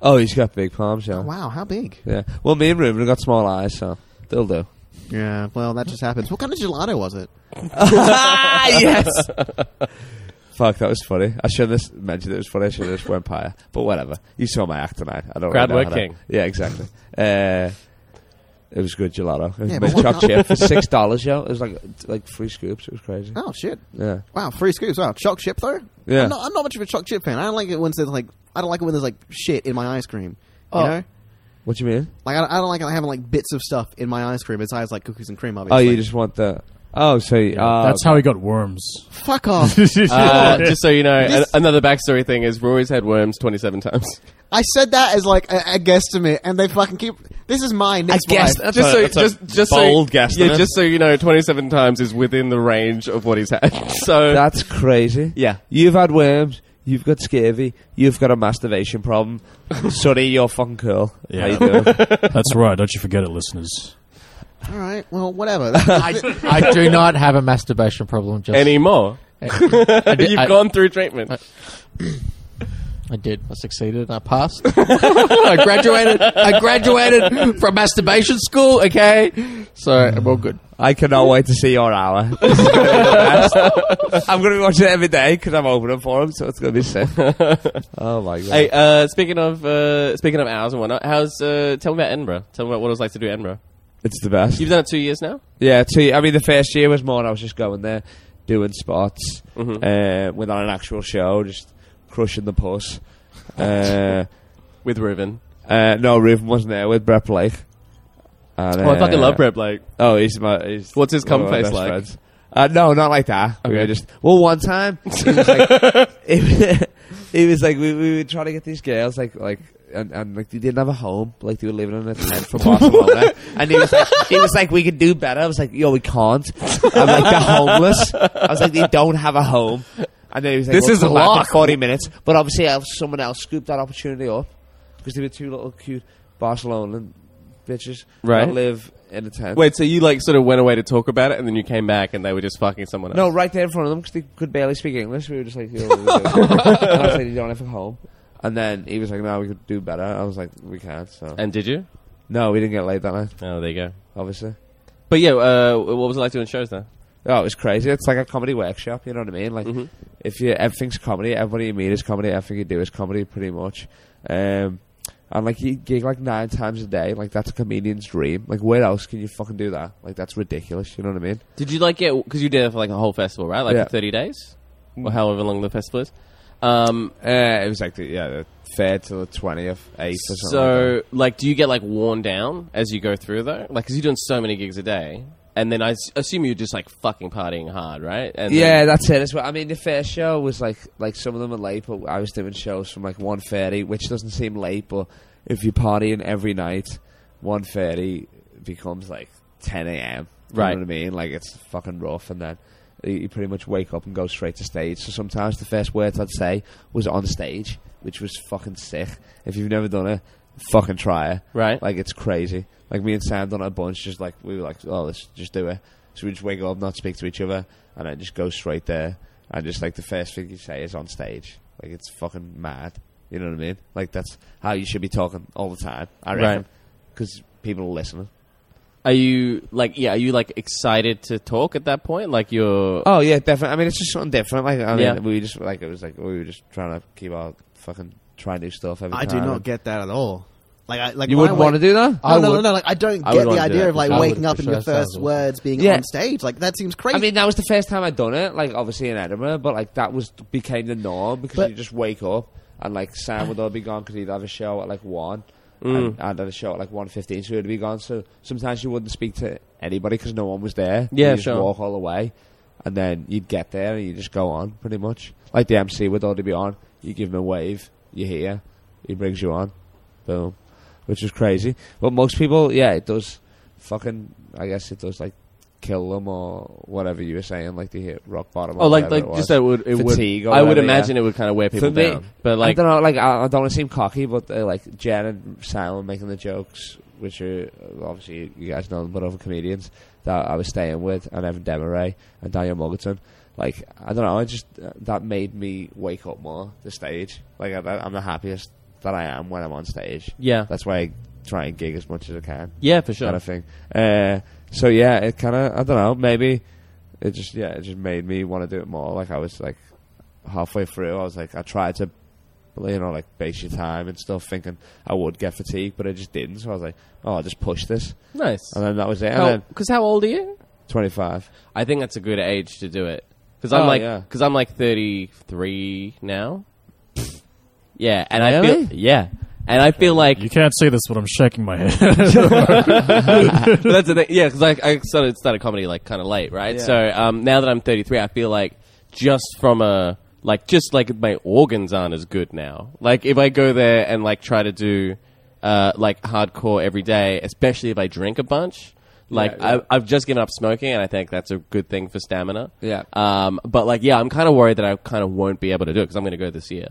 [SPEAKER 6] Oh, he's got big palms, yeah.
[SPEAKER 7] Wow, how big?
[SPEAKER 6] Yeah. Well, me and Ruben have got small eyes, so they'll do.
[SPEAKER 7] Yeah, well, that just happens. What kind of gelato was it?
[SPEAKER 6] ah, yes. Fuck, that was funny. I should have mentioned it was funny. I should have just went pie. But whatever. You saw my act tonight. I don't
[SPEAKER 3] Crowd
[SPEAKER 6] really know
[SPEAKER 3] work
[SPEAKER 6] how to-
[SPEAKER 3] king.
[SPEAKER 6] Yeah, exactly. Uh, it was good gelato. It
[SPEAKER 7] Yeah,
[SPEAKER 6] was
[SPEAKER 7] but
[SPEAKER 6] chopped
[SPEAKER 7] what-
[SPEAKER 6] chip for six dollars, yo. It was like like three scoops. It was crazy.
[SPEAKER 7] Oh shit!
[SPEAKER 6] Yeah,
[SPEAKER 7] Wow, free scoops. Wow, choc chip though.
[SPEAKER 6] Yeah.
[SPEAKER 7] I'm not, I'm not much of a choc chip fan. I don't like it when there's like I don't like it when there's like shit in my ice cream. You
[SPEAKER 1] Oh.
[SPEAKER 7] know,
[SPEAKER 6] what do you mean?
[SPEAKER 7] like I don't, I don't like having like bits of stuff in my ice cream besides like cookies and cream.
[SPEAKER 6] Oh,
[SPEAKER 7] Obviously.
[SPEAKER 6] you just want the oh, so uh,
[SPEAKER 4] That's how he got worms.
[SPEAKER 7] fuck off.
[SPEAKER 3] Uh, just so you know, a-
[SPEAKER 7] This-
[SPEAKER 3] another backstory thing is Rory's had worms twenty-seven times.
[SPEAKER 7] I said that as like a, a guesstimate, and they fucking keep. This is mine. Next
[SPEAKER 6] guessed-
[SPEAKER 7] wife.
[SPEAKER 3] just
[SPEAKER 6] a-
[SPEAKER 3] so,
[SPEAKER 6] that's a
[SPEAKER 3] just, just
[SPEAKER 6] bold
[SPEAKER 3] so,
[SPEAKER 6] guess,
[SPEAKER 3] Yeah,
[SPEAKER 6] isn't it?
[SPEAKER 3] just so you know, twenty-seven times is within the range of what he's had. So
[SPEAKER 6] that's crazy.
[SPEAKER 3] yeah,
[SPEAKER 6] You've had worms. You've got scurvy. You've got a masturbation problem. Sorry, you're fucking cool. How you
[SPEAKER 4] Yeah.
[SPEAKER 6] doing?
[SPEAKER 4] That's right. Don't you forget it, listeners.
[SPEAKER 7] All right. Well, whatever. I
[SPEAKER 1] I, I do not have a masturbation problem. Just
[SPEAKER 3] anymore.
[SPEAKER 1] I do-
[SPEAKER 3] You've
[SPEAKER 1] I-
[SPEAKER 3] gone through treatment.
[SPEAKER 1] I did. I succeeded. I passed. I graduated. I graduated from masturbation school. Okay, so
[SPEAKER 7] Mm.
[SPEAKER 1] I'm all good.
[SPEAKER 6] I cannot wait to see your hour. This is gonna be the best. I'm going to be watching it every day because I'm opening for him, so it's going to be sick. Oh my god!
[SPEAKER 3] Hey, uh, speaking of uh, speaking of hours and whatnot, how's uh, tell me about Edinburgh? Tell me about what it was like to do Edinburgh.
[SPEAKER 6] it's the best.
[SPEAKER 3] You've done it two years now.
[SPEAKER 6] Yeah, two, I mean, the first year was more I was just going there, doing spots,
[SPEAKER 3] Mm-hmm.
[SPEAKER 6] uh, without an actual show, just crushing the puss. Uh,
[SPEAKER 3] with Reuben.
[SPEAKER 6] uh, no, Reuben wasn't there with Brett Blake. And,
[SPEAKER 3] Oh, I fucking
[SPEAKER 6] uh,
[SPEAKER 3] love Brett Blake.
[SPEAKER 6] Oh, he's my. He's
[SPEAKER 3] What's his
[SPEAKER 6] one of
[SPEAKER 3] cum
[SPEAKER 6] my
[SPEAKER 3] face
[SPEAKER 6] best
[SPEAKER 3] like?
[SPEAKER 6] friends. Uh, no, not like that. We
[SPEAKER 3] Okay.
[SPEAKER 6] were just well. One time, he was like, he, he was like, we, we were trying to get these girls like like. And, and like they didn't have a home, like they were living in a tent from Barcelona. and he was like, he was like, we could do better. I was like, yo, we can't. I'm like, they're homeless. I was like, they don't have a home. And then he was like,
[SPEAKER 3] This
[SPEAKER 6] we'll
[SPEAKER 3] is
[SPEAKER 6] come back in
[SPEAKER 3] luck.
[SPEAKER 6] forty minutes. But obviously, else, someone else scooped that opportunity up because they were two little cute Barcelona bitches
[SPEAKER 3] Right.
[SPEAKER 6] that live in a tent.
[SPEAKER 3] Wait, so you like sort of went away to talk about it, and then you came back, and they were just fucking someone else.
[SPEAKER 6] No, right there in front of them because they could barely speak English. We were just like, "Yo, what are we doing?" and I was like, you don't have a home. And then he was like, no, we could do better. I was like, we can't. So
[SPEAKER 3] And did you?
[SPEAKER 6] no, we didn't get laid that night,
[SPEAKER 3] Oh, there you go.
[SPEAKER 6] obviously.
[SPEAKER 3] But yeah, uh, what was it like doing shows there?
[SPEAKER 6] Oh, it was crazy. It's like a comedy workshop. You know what I mean?
[SPEAKER 3] Mm-hmm.
[SPEAKER 6] Like, if you everything's comedy, everybody you meet is comedy. Everything you do is comedy, pretty much. Um, and like you gig like nine times a day. Like that's a comedian's dream. Like where else can you fucking do that? Like that's ridiculous. You know what I mean?
[SPEAKER 3] Did you like get because you did it for like a whole festival, right? Like
[SPEAKER 6] Yeah.
[SPEAKER 3] for thirty days, or however long the festival is. Um,
[SPEAKER 6] Uh, it was like the, yeah, the third to the twentieth, eighth or something. like that.
[SPEAKER 3] so like, do you get like worn down as you go through though? Like, because you're doing so many gigs a day, and then I s- assume you're just like fucking partying hard, right? And
[SPEAKER 6] Yeah, that's it. That's what, I mean, the first show was like like some of them are late, but I was doing shows from like one thirty, which doesn't seem late, but if you're partying every night, one thirty becomes like ten a.m. You
[SPEAKER 3] Right.
[SPEAKER 6] know what I mean? Like it's fucking rough, and then you you pretty much wake up and go straight to stage. So sometimes the first words I'd say was on stage, which was fucking sick. If you've never done it, fucking try it.
[SPEAKER 3] Right.
[SPEAKER 6] Like it's crazy. Like me and Sam done it a bunch. Just like we were like, oh, let's just do it. So we just wake up, not speak to each other, and then just go straight there. And just like the first thing you say is on stage. Like it's fucking mad. You know what I mean? Like that's how you should be talking all the time. I
[SPEAKER 3] Right.
[SPEAKER 6] reckon. Because people are listening.
[SPEAKER 3] Are you like yeah? Are you like excited to talk at that point? Like you're
[SPEAKER 6] Oh yeah, definitely. I mean, it's just something different. Like I mean,
[SPEAKER 3] Yeah.
[SPEAKER 6] we just like it was like we were just trying to keep our fucking try new stuff. Every
[SPEAKER 7] I do
[SPEAKER 6] time.
[SPEAKER 7] not get that at all. Like, I, like
[SPEAKER 6] You
[SPEAKER 7] when I
[SPEAKER 6] wouldn't want to
[SPEAKER 7] wake-
[SPEAKER 6] do that.
[SPEAKER 7] No, no, no, no. Like, I don't
[SPEAKER 3] I
[SPEAKER 7] get
[SPEAKER 3] would
[SPEAKER 7] the
[SPEAKER 3] wanna do
[SPEAKER 7] idea
[SPEAKER 3] that
[SPEAKER 7] of like
[SPEAKER 3] because I
[SPEAKER 7] waking
[SPEAKER 3] would,
[SPEAKER 7] up
[SPEAKER 3] for
[SPEAKER 7] and
[SPEAKER 3] sure.
[SPEAKER 7] your
[SPEAKER 3] Sounds
[SPEAKER 7] first
[SPEAKER 3] awesome.
[SPEAKER 7] words being
[SPEAKER 6] Yeah.
[SPEAKER 7] on stage. Like, that seems crazy.
[SPEAKER 6] I mean, that was the first time I'd done it. Like, obviously in Edinburgh, but like that was became the norm because
[SPEAKER 7] But-
[SPEAKER 6] you just wake up and like Sam would all be gone because he'd have a show at like one,
[SPEAKER 3] Mm.
[SPEAKER 6] and I'd have a show at like one fifteen, so he'd be gone. So sometimes you wouldn't speak to anybody because no one was there.
[SPEAKER 3] Yeah,
[SPEAKER 6] you just
[SPEAKER 3] sure.
[SPEAKER 6] Walk all the way, and then you'd get there and you just go on pretty much. Like the MC would already be on. You give him a wave. You hear. He brings you on. Boom. Which is crazy. But most people, yeah, it does fucking. I guess it does like kill them or whatever you were saying, like they hit rock bottom. or
[SPEAKER 3] oh like
[SPEAKER 6] whatever
[SPEAKER 3] like
[SPEAKER 6] it was.
[SPEAKER 3] just that would it
[SPEAKER 6] Fatigue
[SPEAKER 3] would
[SPEAKER 6] or
[SPEAKER 3] I would
[SPEAKER 6] whatever,
[SPEAKER 3] imagine
[SPEAKER 6] yeah.
[SPEAKER 3] it would kind of wear people
[SPEAKER 6] For me,
[SPEAKER 3] down. But like
[SPEAKER 6] I don't know, like I, I don't want to seem cocky, but uh, like Jen and Sam were making the jokes, which are uh, obviously you guys know, them, but other comedians that I was staying with, and Evan Demaray and Daniel Mulligan. Like I don't know, I just uh, that made me wake up more the stage. Like I, I'm the happiest that I am when I'm on stage.
[SPEAKER 3] yeah
[SPEAKER 6] That's why I try and gig as much as I can.
[SPEAKER 3] yeah for sure.
[SPEAKER 6] kind of thing. Uh, so yeah, it kind of I don't know. Maybe it just yeah, it just made me want to do it more. Like I was like halfway through, I was like I tried to you know like base your time and stuff, thinking I would get fatigued, but I just didn't. So I was like, oh, I'll just push this,
[SPEAKER 3] Nice.
[SPEAKER 6] and then Oh, that was it. And then
[SPEAKER 3] Because how old are you?
[SPEAKER 6] twenty five.
[SPEAKER 3] I think that's a good age to do it. Because I'm
[SPEAKER 6] Oh,
[SPEAKER 3] like,
[SPEAKER 6] yeah.
[SPEAKER 3] because I'm like 33 now. yeah, and I
[SPEAKER 6] Really?
[SPEAKER 3] feel yeah, and I feel like
[SPEAKER 4] You can't see this, but I'm shaking my head.
[SPEAKER 3] but that's the thing. Yeah, because I, I started started comedy like kind of late, right?
[SPEAKER 6] Yeah.
[SPEAKER 3] So um, now that I'm 33, I feel like just from a like just like my organs aren't as good now. Like if I go there and like try to do uh, like hardcore every day, especially if I drink a bunch. Like
[SPEAKER 6] yeah.
[SPEAKER 3] I, I've just given up smoking, and I think that's a good thing for stamina.
[SPEAKER 6] Yeah.
[SPEAKER 3] Um. But like, yeah, I'm kind of worried that I kind of won't be able to do it because I'm going to go this year.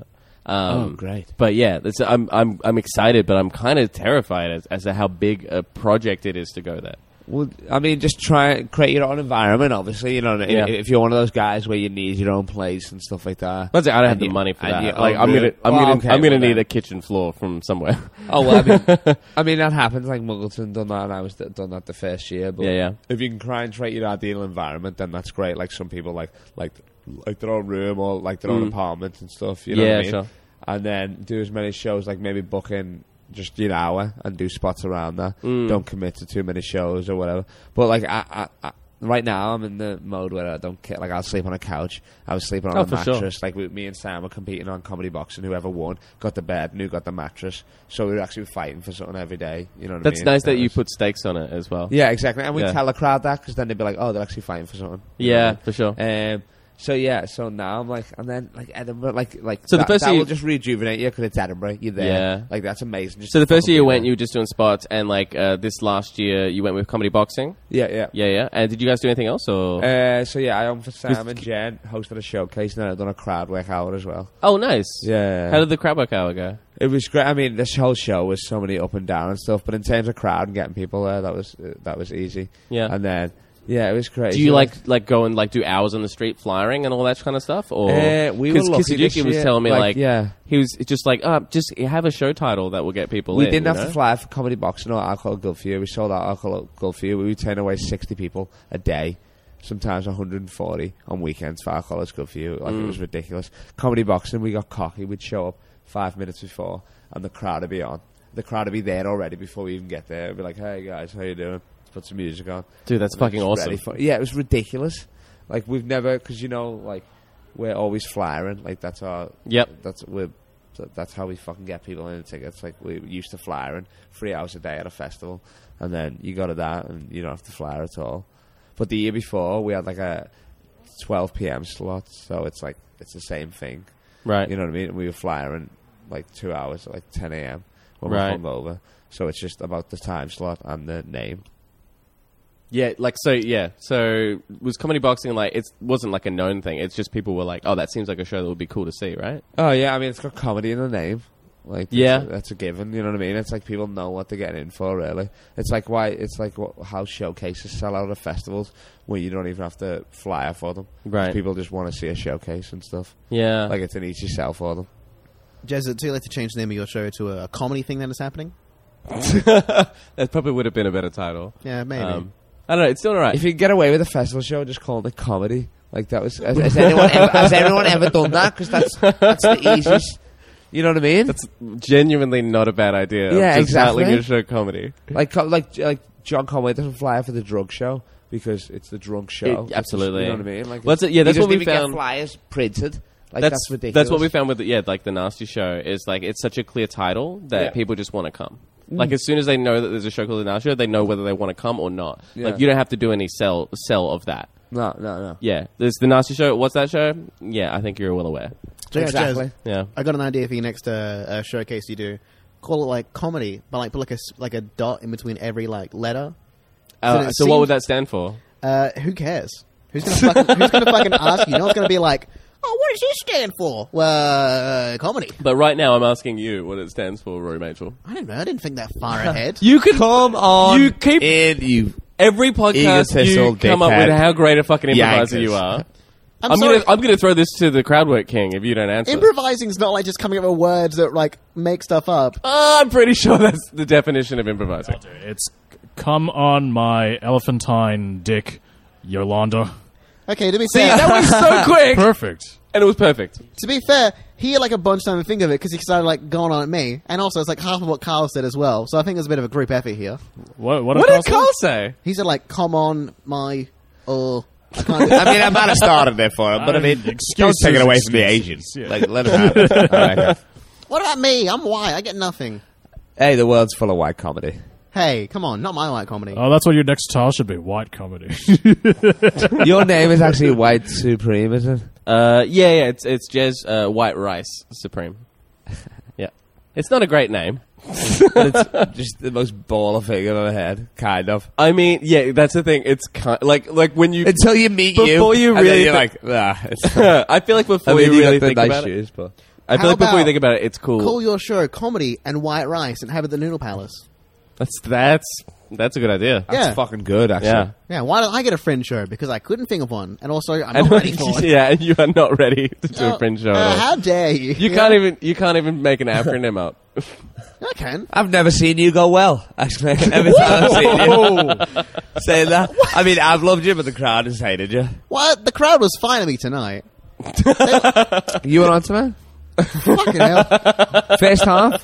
[SPEAKER 3] Um,
[SPEAKER 6] Oh, great.
[SPEAKER 3] But yeah, that's, I'm I'm I'm excited, but I'm kind of terrified as, as to how big a project it is to go there.
[SPEAKER 6] Well, I mean, just try and create your own environment. Obviously, you know, i-
[SPEAKER 3] Yeah.
[SPEAKER 6] if you're one of those guys where you need your own place and stuff like that.
[SPEAKER 3] That's it. I don't have
[SPEAKER 6] And
[SPEAKER 3] the
[SPEAKER 6] you-
[SPEAKER 3] money for
[SPEAKER 6] and
[SPEAKER 3] that.
[SPEAKER 6] you-
[SPEAKER 3] like,
[SPEAKER 6] oh,
[SPEAKER 3] I'm
[SPEAKER 6] really?
[SPEAKER 3] gonna, I'm
[SPEAKER 6] Well,
[SPEAKER 3] gonna,
[SPEAKER 6] okay,
[SPEAKER 3] I'm gonna
[SPEAKER 6] well
[SPEAKER 3] need
[SPEAKER 6] then.
[SPEAKER 3] a kitchen floor from somewhere.
[SPEAKER 6] Oh well, I mean, I mean that happens. Like Muggleton done that, and I was d- done that the first year. But
[SPEAKER 3] Yeah, yeah.
[SPEAKER 6] if you can try and create your ideal environment, then that's great. Like some people like like like their own room or like their own apartment and stuff. You know what
[SPEAKER 3] Mm. Yeah,
[SPEAKER 6] I mean?
[SPEAKER 3] sure.
[SPEAKER 6] And then do as many shows, like maybe book in just an hour and do spots around that.
[SPEAKER 3] Hmm.
[SPEAKER 6] Don't commit to too many shows or whatever. But like I. I, I Right now, I'm in the mode where I don't care. Like, I'll sleep on a couch. I was sleeping on
[SPEAKER 3] Oh,
[SPEAKER 6] a
[SPEAKER 3] for sure.
[SPEAKER 6] mattress mattress. Like we, me and Sam were competing on comedy boxing. Whoever won got the bed, and who got the mattress. So we were actually fighting for something every day. You know, what
[SPEAKER 3] That's
[SPEAKER 6] I mean?
[SPEAKER 3] nice that
[SPEAKER 6] It
[SPEAKER 3] you
[SPEAKER 6] was-
[SPEAKER 3] put stakes on it as well.
[SPEAKER 6] Yeah, exactly. And we
[SPEAKER 3] Yeah.
[SPEAKER 6] tell the crowd that because then they'd be like, "Oh, they're actually fighting for something." You know
[SPEAKER 3] Yeah,
[SPEAKER 6] what I
[SPEAKER 3] for sure.
[SPEAKER 6] mean? Um, so yeah, so now I'm like, and then like Edinburgh, like like
[SPEAKER 3] So the
[SPEAKER 6] that,
[SPEAKER 3] first
[SPEAKER 6] that
[SPEAKER 3] year-
[SPEAKER 6] will just rejuvenate you because it's Edinburgh. You're there,
[SPEAKER 3] Yeah.
[SPEAKER 6] like that's amazing. Just
[SPEAKER 3] So the first
[SPEAKER 6] fucking
[SPEAKER 3] year you
[SPEAKER 6] be
[SPEAKER 3] went,
[SPEAKER 6] there.
[SPEAKER 3] you were just doing spots, and like uh, this last year you went with comedy boxing.
[SPEAKER 6] yeah, yeah,
[SPEAKER 3] Yeah, yeah. And did you guys do anything else? Or
[SPEAKER 6] Uh, so yeah, I on for Sam and Jen hosted a showcase, and then I done a crowd work hour as well.
[SPEAKER 3] oh, nice.
[SPEAKER 6] Yeah.
[SPEAKER 3] How did the crab work hour go?
[SPEAKER 6] It was great. I mean, this whole show was so many up and down and stuff, but in terms of crowd and getting people there, that was uh, that was easy.
[SPEAKER 3] Yeah.
[SPEAKER 6] and then yeah, it was great.
[SPEAKER 3] Do you like like go and like do hours on the street flying and all that kind of stuff? Or
[SPEAKER 6] Uh, we were lucky this
[SPEAKER 3] Kisaduki was
[SPEAKER 6] year,
[SPEAKER 3] telling me like,
[SPEAKER 6] like, yeah.
[SPEAKER 3] he was just like oh just have a show title that will get people.
[SPEAKER 6] We
[SPEAKER 3] in,
[SPEAKER 6] didn't
[SPEAKER 3] you
[SPEAKER 6] have
[SPEAKER 3] know?
[SPEAKER 6] to fly for comedy boxing or alcohol good for you. We sold out alcohol good for you. We would turn away sixty people a day, sometimes one hundred and forty on weekends for alcohol is good for you. Like it
[SPEAKER 3] Mm.
[SPEAKER 6] was ridiculous. Comedy boxing, we got cocky. We'd show up five minutes before, and the crowd would be on. The crowd would be there already before we even get there. We'd be like, "Hey guys, how you doing?" Let's put some music on.
[SPEAKER 3] Dude, that's fucking
[SPEAKER 6] It's
[SPEAKER 3] awesome.
[SPEAKER 6] really fu- yeah, it was ridiculous. Like we've never, because you know, like we're always flyering. Like that's our.
[SPEAKER 3] Yep.
[SPEAKER 6] That's we're. that- That's how we fucking get people in the tickets. Like we're used to flyering three hours a day at a festival, and then you go to that, and you don't have to flyer at all. But the year before, we had like a 12 p.m. slot, so it's like it's the same thing.
[SPEAKER 3] Right.
[SPEAKER 6] You know what I mean? And we were flying like two hours at like 10 a.m. when
[SPEAKER 3] Right.
[SPEAKER 6] we're hungover. So it's just about the time slot and the name.
[SPEAKER 3] Yeah, like so. Yeah, so was comedy boxing like it wasn't like a known thing. It's just people were like, "Oh, that seems like a show that would be cool to see," right?
[SPEAKER 6] Oh yeah, I mean it's got comedy in the name. Like that's
[SPEAKER 3] Yeah.
[SPEAKER 6] a- that's a, given. You know what I mean? It's like people know what they're getting in for. Really, it's like why it's like wh- how showcases sell out at festivals where you don't even have to flyer for them. 'Cause
[SPEAKER 3] Right.
[SPEAKER 6] People just want to see a showcase and stuff.
[SPEAKER 3] Yeah,
[SPEAKER 6] Like it's an easy sell for them.
[SPEAKER 7] Jez, is it too late to change the name of your show to a comedy thing that is happening?
[SPEAKER 3] that probably would have been a better title.
[SPEAKER 7] Yeah, maybe.
[SPEAKER 3] Um, I don't know. It's still alright.
[SPEAKER 6] If you can get away with a festival show, just call it a comedy. Like that was has, has anyone ever, has anyone ever done that? Because that's that's the easiest. You know what I mean?
[SPEAKER 3] That's genuinely not a bad idea.
[SPEAKER 6] Yeah,
[SPEAKER 3] just
[SPEAKER 6] exactly.
[SPEAKER 3] Titling your show comedy.
[SPEAKER 6] like co- like like John Conway doesn't flyer for the drug show because it's the drunk show.
[SPEAKER 3] It- absolutely.
[SPEAKER 6] you know what I mean. Like,
[SPEAKER 3] Well, that's it- yeah,
[SPEAKER 6] you
[SPEAKER 3] that's
[SPEAKER 6] just
[SPEAKER 3] what we
[SPEAKER 6] even get
[SPEAKER 3] found-
[SPEAKER 6] flyers printed. Like
[SPEAKER 3] that's
[SPEAKER 6] that's, ridiculous.
[SPEAKER 3] That's what we found with the, yeah, like the nasty show is like it's such a clear title that
[SPEAKER 6] Yeah.
[SPEAKER 3] people just want to come. Like as soon as they know that there's a show called the nasty show, they know whether they want to come or not.
[SPEAKER 6] Yeah.
[SPEAKER 3] Like you don't have to do any sell sell of that.
[SPEAKER 6] No, no, no.
[SPEAKER 3] Yeah, there's the nasty show. What's that show? Yeah, I think you're well aware.
[SPEAKER 7] Jez,
[SPEAKER 6] exactly.
[SPEAKER 7] Jez,
[SPEAKER 3] Yeah.
[SPEAKER 7] I got an idea for your next uh, uh, showcase you do. Call it like comedy, but like put like a s- like a dot in between every like letter.
[SPEAKER 3] Uh,
[SPEAKER 7] So it
[SPEAKER 3] so what
[SPEAKER 7] seems-
[SPEAKER 3] would that stand for?
[SPEAKER 7] Uh, who cares? Who's gonna fucking, who's gonna fucking ask you? No one's gonna be like, oh, what does this stand for? Well, uh, comedy.
[SPEAKER 3] But right now, I'm asking you what it stands for, Rory Mitchell.
[SPEAKER 7] I don't know. I didn't think that far ahead.
[SPEAKER 3] You could
[SPEAKER 6] Come on,
[SPEAKER 3] You keep-
[SPEAKER 6] in, you.
[SPEAKER 3] every podcast you
[SPEAKER 6] Egotistical
[SPEAKER 3] come up
[SPEAKER 6] dickhead.
[SPEAKER 3] with how great a fucking improviser
[SPEAKER 6] Yankers.
[SPEAKER 3] you are.
[SPEAKER 7] I'm,
[SPEAKER 3] I'm,
[SPEAKER 7] sorry.
[SPEAKER 3] gonna I'm gonna throw this to the crowd work king if you don't answer.
[SPEAKER 7] Improvising's not like just coming up with words that like make stuff up.
[SPEAKER 3] Uh, I'm pretty sure that's the definition of improvising.
[SPEAKER 4] Dude, it's come on my elephantine dick, Yolanda.
[SPEAKER 7] Okay, to be
[SPEAKER 3] See,
[SPEAKER 7] fair,
[SPEAKER 3] that was so quick,
[SPEAKER 4] Perfect.
[SPEAKER 3] and it was perfect.
[SPEAKER 7] to be fair, he had like a bunch time to think of it because he started like going on at me, and also it's like half of what Carl said as well. So I think there's a bit of a group effort here.
[SPEAKER 4] What, what,
[SPEAKER 3] What
[SPEAKER 4] did
[SPEAKER 3] did Carl say?
[SPEAKER 7] He said like, "Come on, my
[SPEAKER 1] uh,
[SPEAKER 7] oh." I can't do-
[SPEAKER 6] I mean, I might have started there for him, but I mean, don't take it away from the Asians.
[SPEAKER 4] yeah.
[SPEAKER 6] Like, let it happen. All right, guys.
[SPEAKER 7] what about me? I'm white. I get nothing.
[SPEAKER 6] hey, the world's full of white comedy.
[SPEAKER 7] Hey, come on, not my white comedy.
[SPEAKER 4] Oh, that's what your next title should be. White comedy.
[SPEAKER 6] Your name is actually White Supreme, isn't it?
[SPEAKER 3] Uh, yeah, yeah, it's it's Jez uh, White Rice Supreme. Yeah, it's not a great name.
[SPEAKER 6] But it's just the most baller thing I've ever heard. Kind of.
[SPEAKER 3] I mean, yeah, that's the thing. It's kind like like when you.
[SPEAKER 6] Until you meet you,
[SPEAKER 3] Before you
[SPEAKER 6] and then
[SPEAKER 3] really
[SPEAKER 6] you're
[SPEAKER 3] thi-
[SPEAKER 6] like, nah. It's
[SPEAKER 3] I feel like before
[SPEAKER 6] I mean,
[SPEAKER 3] you
[SPEAKER 6] you
[SPEAKER 3] really
[SPEAKER 6] got the
[SPEAKER 3] think
[SPEAKER 6] nice
[SPEAKER 3] about it,
[SPEAKER 6] shoes, but
[SPEAKER 3] I feel
[SPEAKER 7] How
[SPEAKER 3] like before you
[SPEAKER 7] about-
[SPEAKER 3] think about it, it's cool.
[SPEAKER 7] Call your show comedy and white rice and have it at the Noodle Palace.
[SPEAKER 3] That's that's that's a good idea.
[SPEAKER 6] That's
[SPEAKER 1] Yeah.
[SPEAKER 6] fucking good, actually.
[SPEAKER 3] Yeah.
[SPEAKER 1] Yeah, why don't I get a fringe show? Because I couldn't think of one, and also I'm not ready for it.
[SPEAKER 3] yeah, and you are not ready to do
[SPEAKER 1] Oh,
[SPEAKER 3] a fringe show. at
[SPEAKER 1] uh,
[SPEAKER 3] all.
[SPEAKER 1] how dare you?
[SPEAKER 3] you can't even you can't even make an acronym up.
[SPEAKER 1] I can.
[SPEAKER 6] I've never seen you go well, actually. Every time I've seen you. Saying that. I mean, I've loved you, but the crowd has hated you.
[SPEAKER 1] What? The crowd was fine to me tonight.
[SPEAKER 6] You were on to man?
[SPEAKER 1] Fucking hell.
[SPEAKER 6] First half?
[SPEAKER 7] uh,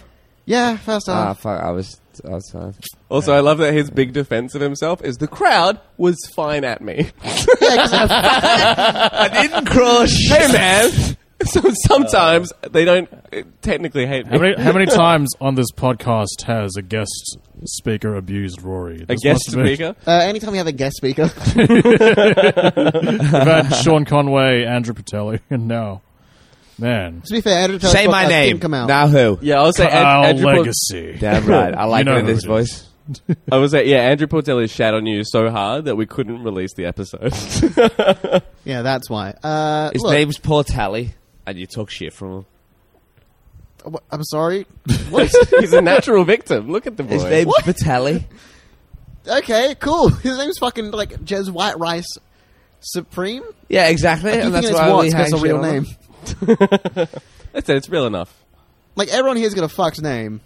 [SPEAKER 1] Yeah, first
[SPEAKER 6] Ah,
[SPEAKER 1] half.
[SPEAKER 6] fuck, I was, I was fine.
[SPEAKER 3] Also, I love that his big defense of himself is the crowd was fine at me.
[SPEAKER 1] Yeah, 'cause I-
[SPEAKER 6] I didn't crush.
[SPEAKER 3] hey, man. So sometimes they don't uh, technically hate me.
[SPEAKER 4] How many, how many times on this podcast has a guest speaker abused Rory?
[SPEAKER 3] a
[SPEAKER 4] This
[SPEAKER 3] guest
[SPEAKER 4] must have been-
[SPEAKER 3] speaker.
[SPEAKER 1] uh, anytime you have a guest speaker,
[SPEAKER 4] We've had Sean Conway, Andrew Patelli, and now, man,
[SPEAKER 1] to be fair, Andrew Taylor's
[SPEAKER 6] Say my
[SPEAKER 1] podcast didn't
[SPEAKER 6] name.
[SPEAKER 1] Come out.
[SPEAKER 6] Now who?
[SPEAKER 3] Yeah, I was say
[SPEAKER 4] Kyle
[SPEAKER 3] Andrew. Port-
[SPEAKER 4] Legacy.
[SPEAKER 6] Damn right. I like
[SPEAKER 4] know
[SPEAKER 6] it in
[SPEAKER 4] who
[SPEAKER 6] this
[SPEAKER 4] it
[SPEAKER 6] voice.
[SPEAKER 3] I was say yeah. Andrew Portelli shat on you so hard that we couldn't release the episode.
[SPEAKER 1] Yeah, that's why. Uh,
[SPEAKER 6] His
[SPEAKER 1] look,
[SPEAKER 6] name's Portelli, and you took shit from him.
[SPEAKER 1] wh- I'm sorry.
[SPEAKER 3] He's a natural victim. Look at the boy.
[SPEAKER 6] His name's Portelli.
[SPEAKER 1] Okay, cool. His name's fucking like Jez White Rice Supreme.
[SPEAKER 6] Yeah, exactly.
[SPEAKER 1] You
[SPEAKER 6] And
[SPEAKER 1] think
[SPEAKER 6] that's
[SPEAKER 1] it's
[SPEAKER 6] why we
[SPEAKER 1] Watts? 'cause
[SPEAKER 6] hang
[SPEAKER 1] That's a
[SPEAKER 6] shit
[SPEAKER 1] real
[SPEAKER 6] on him.
[SPEAKER 1] name.
[SPEAKER 3] That's it. It's real enough.
[SPEAKER 1] Like everyone here's got a fucked name.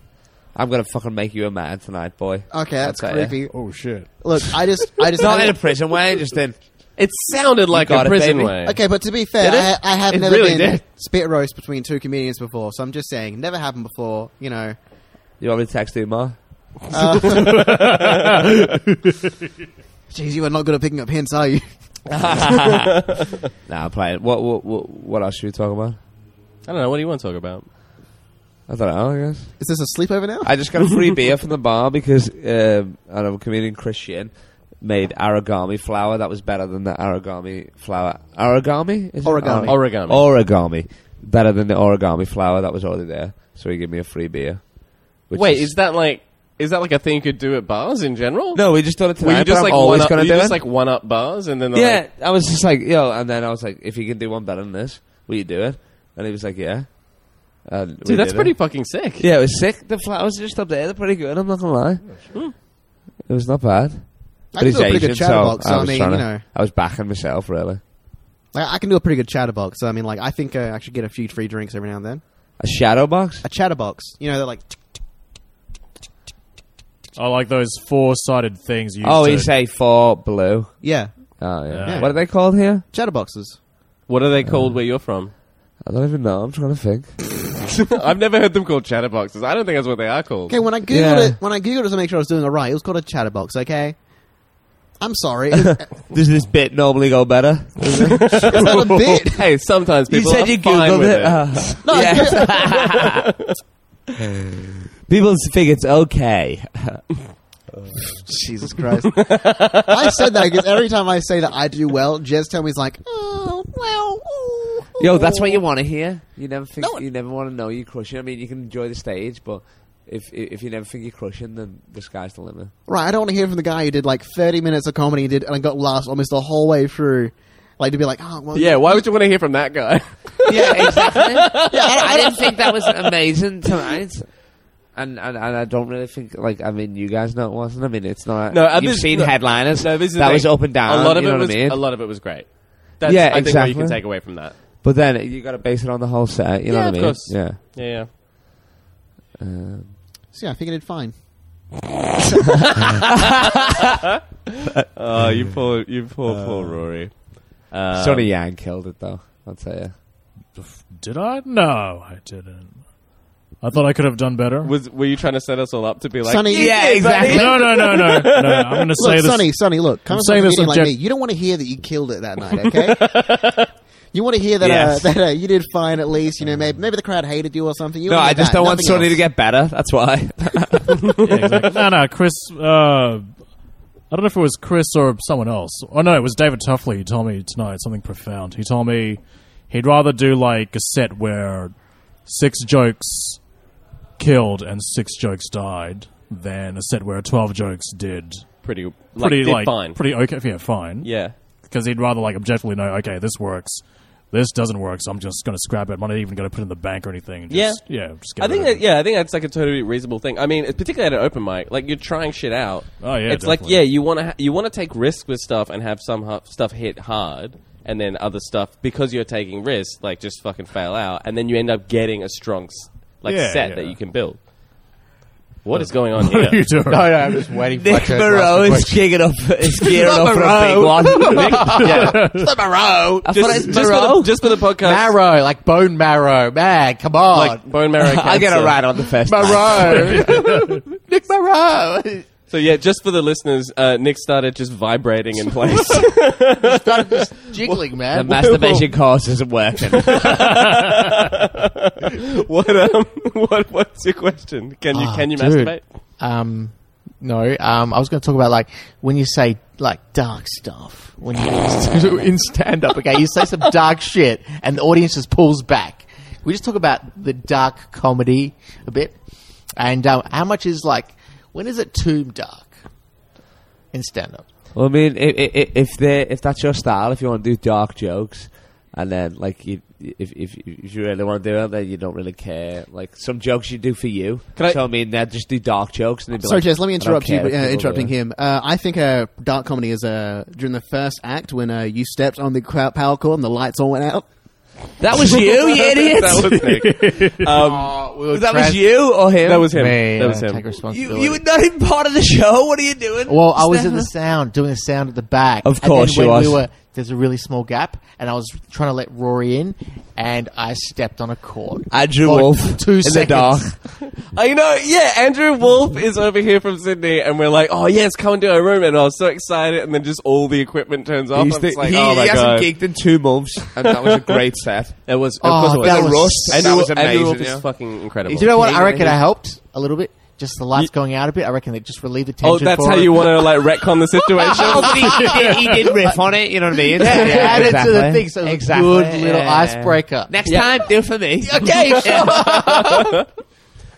[SPEAKER 6] I'm gonna fucking make you a man tonight, boy.
[SPEAKER 1] Okay, that's
[SPEAKER 6] I'll tell ya.
[SPEAKER 1] creepy.
[SPEAKER 4] Oh shit!
[SPEAKER 1] Look, I just, I just.
[SPEAKER 6] Not in a prison way, just in.
[SPEAKER 3] It sounded like
[SPEAKER 6] got
[SPEAKER 3] a
[SPEAKER 6] it,
[SPEAKER 3] prison
[SPEAKER 6] baby.
[SPEAKER 3] way.
[SPEAKER 1] Okay, but to be fair,
[SPEAKER 3] Did
[SPEAKER 1] I,
[SPEAKER 3] it?
[SPEAKER 1] I have
[SPEAKER 3] It
[SPEAKER 1] never
[SPEAKER 3] really
[SPEAKER 1] been
[SPEAKER 3] did.
[SPEAKER 1] spit roast between two comedians before, so I'm just saying, never happened before. You know,
[SPEAKER 6] You want me to text you, Ma?
[SPEAKER 1] jeez, you are not good at picking up hints, are you?
[SPEAKER 6] Nah, I'm playing. What, what, what, what else should we talk about?
[SPEAKER 3] I don't know. What do you want to talk about?
[SPEAKER 6] I don't know, I guess.
[SPEAKER 1] Is this a sleepover now?
[SPEAKER 6] I just got a free beer from the bar because um, I know comedian Christian made origami flour that was better than the origami flour. Origami? Is it?
[SPEAKER 1] Origami.
[SPEAKER 6] Or-
[SPEAKER 3] Origami.
[SPEAKER 6] origami. Better than the origami flour that was already there. So he gave me a free beer. which
[SPEAKER 3] Wait, is that like is that like a thing you could do at bars in general?
[SPEAKER 6] No, we just done it
[SPEAKER 3] Were
[SPEAKER 6] tonight.
[SPEAKER 3] you just
[SPEAKER 6] but
[SPEAKER 3] like
[SPEAKER 6] I'm always
[SPEAKER 3] one up,
[SPEAKER 6] gonna
[SPEAKER 3] you
[SPEAKER 6] do
[SPEAKER 3] just
[SPEAKER 6] it.
[SPEAKER 3] like one up bars and then they're
[SPEAKER 6] Yeah,
[SPEAKER 3] like,
[SPEAKER 6] I was just like, yo, and then I was like, if you can do one better than this, will you do it? And he was like, yeah. And we
[SPEAKER 3] dude, that's
[SPEAKER 6] did
[SPEAKER 3] pretty
[SPEAKER 6] It.
[SPEAKER 3] fucking sick.
[SPEAKER 6] Yeah, it was sick. The flowers are just up there. They're pretty good. I'm not gonna lie. It was not bad.
[SPEAKER 1] I can do a pretty good chatterbox. So I, mean, you
[SPEAKER 6] trying to-
[SPEAKER 1] know,
[SPEAKER 6] I was backing myself really.
[SPEAKER 1] like, I can do a pretty good chatterbox. So I mean, like, I think uh, I should get a few free drinks every now and then.
[SPEAKER 6] A shadow box.
[SPEAKER 1] A chatterbox, you know, they're like, tick, tick.
[SPEAKER 4] I like those four-sided things. You
[SPEAKER 6] Oh,
[SPEAKER 4] used
[SPEAKER 6] you
[SPEAKER 4] to-
[SPEAKER 6] say four blue.
[SPEAKER 1] yeah,
[SPEAKER 6] Oh yeah.
[SPEAKER 4] Yeah.
[SPEAKER 6] What are they called here?
[SPEAKER 1] chatterboxes.
[SPEAKER 3] What are they called where you're from?
[SPEAKER 6] I don't even know. I'm trying to think.
[SPEAKER 3] I've never heard them called chatterboxes. I don't think that's what they are called.
[SPEAKER 1] Okay, when I googled
[SPEAKER 6] Yeah.
[SPEAKER 1] it, when I googled it to make sure I was doing it right, it was called a chatterbox. Okay. I'm sorry, it's, it's
[SPEAKER 6] Does this bit normally go better?
[SPEAKER 1] not a bit.
[SPEAKER 3] hey, sometimes
[SPEAKER 6] You
[SPEAKER 3] people
[SPEAKER 6] said
[SPEAKER 3] are
[SPEAKER 6] you
[SPEAKER 3] fine
[SPEAKER 6] googled
[SPEAKER 3] with
[SPEAKER 6] it.
[SPEAKER 3] it.
[SPEAKER 6] Uh,
[SPEAKER 1] No, I
[SPEAKER 6] Yeah.
[SPEAKER 1] googled-
[SPEAKER 6] people think it's okay.
[SPEAKER 1] Jesus Christ. I said that because every time I say that I do well, Jez tell me he's like, oh, well. ooh,
[SPEAKER 6] Yo,
[SPEAKER 1] ooh."
[SPEAKER 6] that's what you want to hear. You never think
[SPEAKER 1] No.
[SPEAKER 6] you never want to know you're crushing. I mean, you can enjoy the stage, but if if you never think you're crushing, then the sky's the limit.
[SPEAKER 1] Right, I don't want to hear from the guy who did like 30 minutes of comedy and did and got lost almost the whole way through. Like to be like, oh, well.
[SPEAKER 3] Yeah, why would you want to hear from that guy?
[SPEAKER 6] Yeah, exactly. I, I didn't think that was amazing tonight. And, and and I don't really think like I mean you guys know it wasn't I mean it's not
[SPEAKER 3] No, I
[SPEAKER 6] you've
[SPEAKER 3] mean-
[SPEAKER 6] seen
[SPEAKER 3] no.
[SPEAKER 6] headliners
[SPEAKER 3] No, this is the
[SPEAKER 6] that
[SPEAKER 3] thing.
[SPEAKER 6] was up and down
[SPEAKER 3] A lot of
[SPEAKER 6] Um, you
[SPEAKER 3] it
[SPEAKER 6] know
[SPEAKER 3] was
[SPEAKER 6] what I mean
[SPEAKER 3] a lot of it was great. That's,
[SPEAKER 6] Yeah,
[SPEAKER 3] I think what you can
[SPEAKER 6] exactly.
[SPEAKER 3] take away from that.
[SPEAKER 6] but then you got to base it on the whole set you
[SPEAKER 3] Yeah,
[SPEAKER 6] know what I
[SPEAKER 3] of
[SPEAKER 6] mean
[SPEAKER 3] course.
[SPEAKER 6] yeah
[SPEAKER 3] Yeah, yeah.
[SPEAKER 1] So, yeah, I think I did fine.
[SPEAKER 3] Oh, you poor, you poor,
[SPEAKER 6] Uh,
[SPEAKER 3] poor Rory. Um,
[SPEAKER 6] Sonny Yang killed it though I'll tell you
[SPEAKER 4] Did I? No, I didn't. I thought I could have done better.
[SPEAKER 3] was were you trying to set us all up to be like?
[SPEAKER 1] Sonny,
[SPEAKER 6] yeah, exactly.
[SPEAKER 4] no, no, no, no, no. I'm going to say
[SPEAKER 1] Look,
[SPEAKER 4] this.
[SPEAKER 1] Sonny, Sonny, look, come
[SPEAKER 4] I'm
[SPEAKER 1] and
[SPEAKER 4] saying this
[SPEAKER 1] this like me.
[SPEAKER 4] object-
[SPEAKER 1] You don't want to hear that you killed it that night, okay? you want to hear that
[SPEAKER 6] Yes.
[SPEAKER 1] uh, that uh, you did fine at least. You know, maybe maybe the crowd hated you or something. You
[SPEAKER 6] no
[SPEAKER 1] wanna
[SPEAKER 6] I
[SPEAKER 1] hear
[SPEAKER 6] just
[SPEAKER 1] that,
[SPEAKER 6] don't want
[SPEAKER 1] nothing
[SPEAKER 6] Sonny
[SPEAKER 1] else.
[SPEAKER 6] to get better that's why
[SPEAKER 4] Yeah, exactly. No, no, Chris. Uh, I don't know if it was Chris or someone else. Oh no, it was David Tuffley. He told me tonight something profound. He told me he'd rather do like a set where six jokes killed and six jokes died than a set where twelve jokes did
[SPEAKER 3] pretty, like,
[SPEAKER 4] pretty
[SPEAKER 3] did
[SPEAKER 4] like
[SPEAKER 3] fine.
[SPEAKER 4] pretty okay. Yeah, fine.
[SPEAKER 3] yeah.
[SPEAKER 4] because he'd rather like objectively know. Okay, this works. this doesn't work, so I'm just going to scrap it. I'm not even going to put it in the bank or anything. and
[SPEAKER 3] Yeah.
[SPEAKER 4] Just, yeah. Just get
[SPEAKER 3] I think
[SPEAKER 4] rid of
[SPEAKER 3] that, yeah, I think that's like a totally reasonable thing. I mean, it's particularly at an open mic, like you're trying shit out.
[SPEAKER 4] Oh, yeah,
[SPEAKER 3] it's like
[SPEAKER 4] definitely.
[SPEAKER 3] yeah, you want to ha- you want to take risks with stuff and have some hu- stuff hit hard, and then other stuff because you're taking risks, like just fucking fail out, and then you end up getting a strong s- like
[SPEAKER 4] Yeah,
[SPEAKER 3] set
[SPEAKER 4] yeah.
[SPEAKER 3] that you can build. What is going on
[SPEAKER 4] it. What are
[SPEAKER 3] here?
[SPEAKER 4] you doing?
[SPEAKER 1] No, no, Oh, I'm just waiting for
[SPEAKER 6] Nick
[SPEAKER 1] my turn to ask
[SPEAKER 6] Moreau
[SPEAKER 1] the
[SPEAKER 6] is
[SPEAKER 1] question.
[SPEAKER 6] gearing up, is gearing up for a big
[SPEAKER 1] Moreau.
[SPEAKER 6] one.
[SPEAKER 1] It's not Moreau. I thought
[SPEAKER 3] Just,
[SPEAKER 1] it's
[SPEAKER 3] just for the,
[SPEAKER 1] Moreau.
[SPEAKER 3] Oh, just for the podcast,
[SPEAKER 1] Marrow, like bone marrow. Man, come on.
[SPEAKER 3] like bone marrow.
[SPEAKER 6] I get a
[SPEAKER 3] cancer.
[SPEAKER 6] ride on the first.
[SPEAKER 1] Moreau. Nick Moreau.
[SPEAKER 3] So yeah, just for the listeners, uh, Nick started just vibrating in place.
[SPEAKER 1] Started just jiggling,
[SPEAKER 6] The
[SPEAKER 1] man.
[SPEAKER 6] masturbation course isn't working.
[SPEAKER 3] what um, what what's your question? Can you
[SPEAKER 1] Ah,
[SPEAKER 3] can you
[SPEAKER 1] dude.
[SPEAKER 3] masturbate?
[SPEAKER 1] Um, no, um, I was going to talk about like when you say like dark stuff when you in stand up. Okay, you say some dark shit, and the audience just pulls back. We just talk about the dark comedy a bit, and um, how much is like when is it too dark in stand up?
[SPEAKER 6] Well, I mean, i- i- i- if they if that's your style, if you want to do dark jokes, and then like you, if if if you really want to do it, then you don't really care. Like some jokes you do for you.
[SPEAKER 3] Can I-
[SPEAKER 6] so I mean, they just do dark jokes. And they'd be
[SPEAKER 7] Sorry,
[SPEAKER 6] like,
[SPEAKER 7] Jess. Let me
[SPEAKER 6] "I don't
[SPEAKER 7] interrupt you.
[SPEAKER 6] care
[SPEAKER 7] But,
[SPEAKER 6] if
[SPEAKER 7] uh,
[SPEAKER 6] people
[SPEAKER 7] interrupting
[SPEAKER 6] do it."
[SPEAKER 7] him. Uh, I think uh, dark comedy is uh, during the first act when uh, you stepped on the crowd power cord and the lights all went out.
[SPEAKER 6] That was you, you idiot.
[SPEAKER 3] that was Nick.
[SPEAKER 1] Oh, we were
[SPEAKER 6] that was
[SPEAKER 1] trans-
[SPEAKER 6] you or him?
[SPEAKER 3] That was him.
[SPEAKER 1] Me,
[SPEAKER 3] that was
[SPEAKER 1] I
[SPEAKER 3] him.
[SPEAKER 1] take
[SPEAKER 6] You,
[SPEAKER 1] responsibility.
[SPEAKER 6] you were not even part of the show. What are you doing?
[SPEAKER 1] Well, I was in
[SPEAKER 6] Stefan?
[SPEAKER 1] the sound, doing the sound at the back.
[SPEAKER 6] Of
[SPEAKER 1] And
[SPEAKER 6] course
[SPEAKER 1] then
[SPEAKER 6] you
[SPEAKER 1] when
[SPEAKER 6] was.
[SPEAKER 1] We were, there's a really small gap, and I was trying to let Rory in, and I stepped on a cord.
[SPEAKER 6] Andrew
[SPEAKER 1] For
[SPEAKER 6] Wolf
[SPEAKER 1] two
[SPEAKER 6] in the
[SPEAKER 1] seconds.
[SPEAKER 6] dark.
[SPEAKER 3] I Uh, know, yeah, Andrew Wolf is over here from Sydney, and we're like, oh, yes, come into our room. And I was so excited, and then just all the equipment turns off.
[SPEAKER 6] He's
[SPEAKER 3] I'm
[SPEAKER 6] the-
[SPEAKER 3] just like,
[SPEAKER 6] he,
[SPEAKER 3] oh, my
[SPEAKER 6] he
[SPEAKER 3] God.
[SPEAKER 6] hasn't gigged in two months, and that was a great set.
[SPEAKER 3] It was, of
[SPEAKER 1] Oh,
[SPEAKER 3] course it was.
[SPEAKER 1] that
[SPEAKER 3] Andrew
[SPEAKER 1] was
[SPEAKER 3] Wolf-
[SPEAKER 1] so-
[SPEAKER 3] Andrew,
[SPEAKER 6] that was
[SPEAKER 3] Andrew
[SPEAKER 6] amazing,
[SPEAKER 3] Wolf is
[SPEAKER 6] yeah.
[SPEAKER 3] fucking incredible.
[SPEAKER 1] Do you know what? I
[SPEAKER 6] Came
[SPEAKER 1] reckon
[SPEAKER 6] in.
[SPEAKER 1] I helped a little bit. Just the lights
[SPEAKER 3] You-
[SPEAKER 1] going out a bit. I reckon it just relieved the tension.
[SPEAKER 3] oh, that's
[SPEAKER 1] for
[SPEAKER 3] how
[SPEAKER 1] it.
[SPEAKER 3] you want to, like, retcon the situation?
[SPEAKER 6] he, did, riff on it. You know what I mean?
[SPEAKER 1] Yeah, add it to the thing. So it was a good little icebreaker.
[SPEAKER 6] Next time, do for me.
[SPEAKER 1] Okay, sure.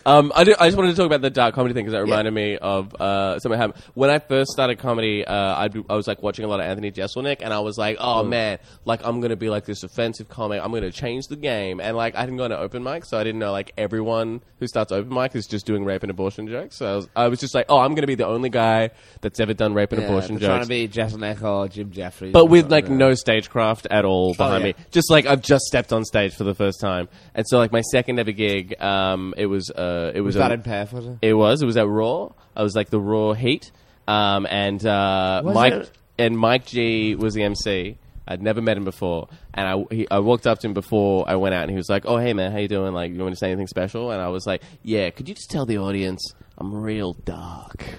[SPEAKER 3] um, I, do, I just wanted to talk about the dark comedy thing because it reminded me of uh, something happened. When I first started comedy, uh, I'd be, I was, like, watching a lot of Anthony Jeselnik, and I was like, oh,
[SPEAKER 6] Mm.
[SPEAKER 3] man, like, I'm going to be, like, this offensive comic. I'm going to change the game. And, like, I didn't go to open mic, so I didn't know, like, everyone who starts open mic is just doing rape and abortion jokes. So I was, I was just like, oh, I'm going to be the only guy that's ever done rape and abortion
[SPEAKER 6] trying
[SPEAKER 3] jokes.
[SPEAKER 6] to be Jess Nick or Jim Jeffries,
[SPEAKER 3] but with like no stagecraft at all behind
[SPEAKER 6] Oh, yeah.
[SPEAKER 3] me. Just like I've just stepped on stage for the first time, and so like my second ever gig, um, it was uh, it was,
[SPEAKER 6] Was that
[SPEAKER 3] a-
[SPEAKER 6] in Perth? Was it?
[SPEAKER 3] it was it was at Raw. I was like the Raw Heat, um, and uh, Mike and Mike G was the MC. I'd never met him before, and I he, I walked up to him before I went out, and he was like, "Oh hey man, how you doing? Like, you want to say anything special?" And I was like, "Yeah, could you just tell the audience I'm real dark."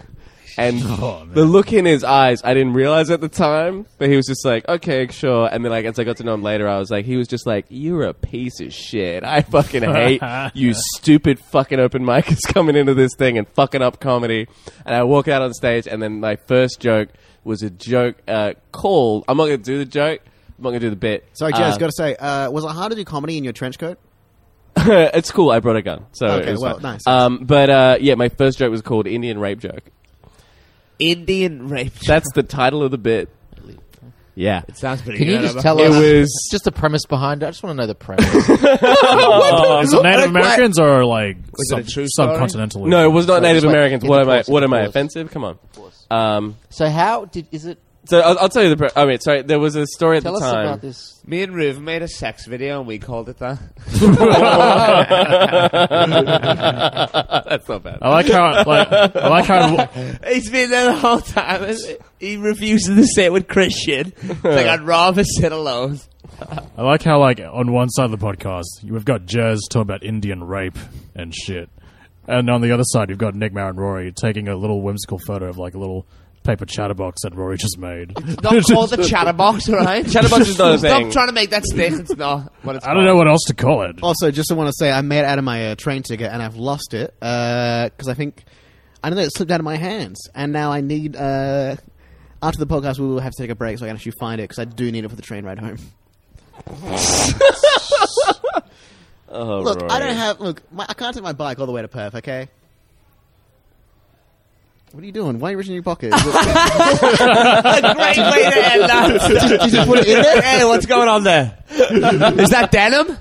[SPEAKER 3] And
[SPEAKER 1] Oh,
[SPEAKER 3] the look in his eyes, I didn't realize at the time, but he was just like, okay, sure. And then, like, as Oh, I got to know him later, I was like, he was just like, you're a piece of shit. I fucking hate you, stupid fucking open micers coming into this thing and fucking up comedy. And I walk out on stage, and then my first joke was a joke uh, called. I'm not gonna do the joke. I'm not gonna do the bit.
[SPEAKER 7] Sorry, Jess.
[SPEAKER 3] Uh,
[SPEAKER 7] Got to say, uh, was it hard to do comedy in your trench coat?
[SPEAKER 3] Uh, it's cool. I brought a gun, so
[SPEAKER 7] Okay,
[SPEAKER 3] it was
[SPEAKER 7] well,
[SPEAKER 3] fine.
[SPEAKER 7] nice.
[SPEAKER 3] Um, but uh, yeah, my first joke was called Indian rape joke.
[SPEAKER 6] Indian rape.
[SPEAKER 3] That's the title of the bit. Yeah.
[SPEAKER 6] sounds pretty.
[SPEAKER 1] Can you just tell
[SPEAKER 3] It
[SPEAKER 1] us
[SPEAKER 3] was-
[SPEAKER 1] just the premise behind it? I just want to know the premise.
[SPEAKER 4] Um, Is it Native Americans or like
[SPEAKER 6] Was
[SPEAKER 4] sub-
[SPEAKER 6] it a true story?
[SPEAKER 4] subcontinental?
[SPEAKER 3] No, it was not
[SPEAKER 1] So
[SPEAKER 3] Native
[SPEAKER 1] just like-
[SPEAKER 3] Americans.
[SPEAKER 1] yeah,
[SPEAKER 3] What
[SPEAKER 1] the
[SPEAKER 3] am I?
[SPEAKER 1] pause,
[SPEAKER 3] What
[SPEAKER 1] the
[SPEAKER 3] am I
[SPEAKER 1] pause.
[SPEAKER 3] offensive? Come on. Um,
[SPEAKER 1] so how did is it?
[SPEAKER 3] so I'll, I'll tell you the. Pre- I mean, sorry. There was a story at
[SPEAKER 1] Tell
[SPEAKER 3] the
[SPEAKER 1] us
[SPEAKER 3] time.
[SPEAKER 1] about this.
[SPEAKER 6] Me and Ruven made a sex video, and we called it that.
[SPEAKER 3] That's not bad.
[SPEAKER 4] I like how like, I like how
[SPEAKER 6] He's been there the whole time. and He refuses to sit with Christian. He's like I'd rather sit alone.
[SPEAKER 4] I like how like on one side of the podcast you- we've got Jez talking about Indian rape and shit, and on the other side you've got Nick, Mar, and Rory taking a little whimsical photo of like a little paper chatterbox that Rory just made.
[SPEAKER 6] Not called the chatterbox, all right?
[SPEAKER 3] Chatterbox is not a
[SPEAKER 6] Stop
[SPEAKER 3] thing.
[SPEAKER 6] trying to make that stick. It's not. What it's
[SPEAKER 4] I don't know what else to call
[SPEAKER 6] Oh,
[SPEAKER 4] it.
[SPEAKER 7] Also, just to want to say, I made it out of my uh, train ticket and I've lost it because I think I don't know it slipped out of my hands, and now I need. Uh, after the podcast, we will have to take a break so I can actually find it because I do need it for the train ride home.
[SPEAKER 3] Oh,
[SPEAKER 7] Look, I
[SPEAKER 3] Rory.
[SPEAKER 7] don't have. Look, my, I can't take my bike all the way to Perth. Okay. What are you doing? Why are you reaching in your pocket? Did
[SPEAKER 6] Great way to end that.
[SPEAKER 7] you just put it in there?
[SPEAKER 6] Hey, what's going on there? Is that denim?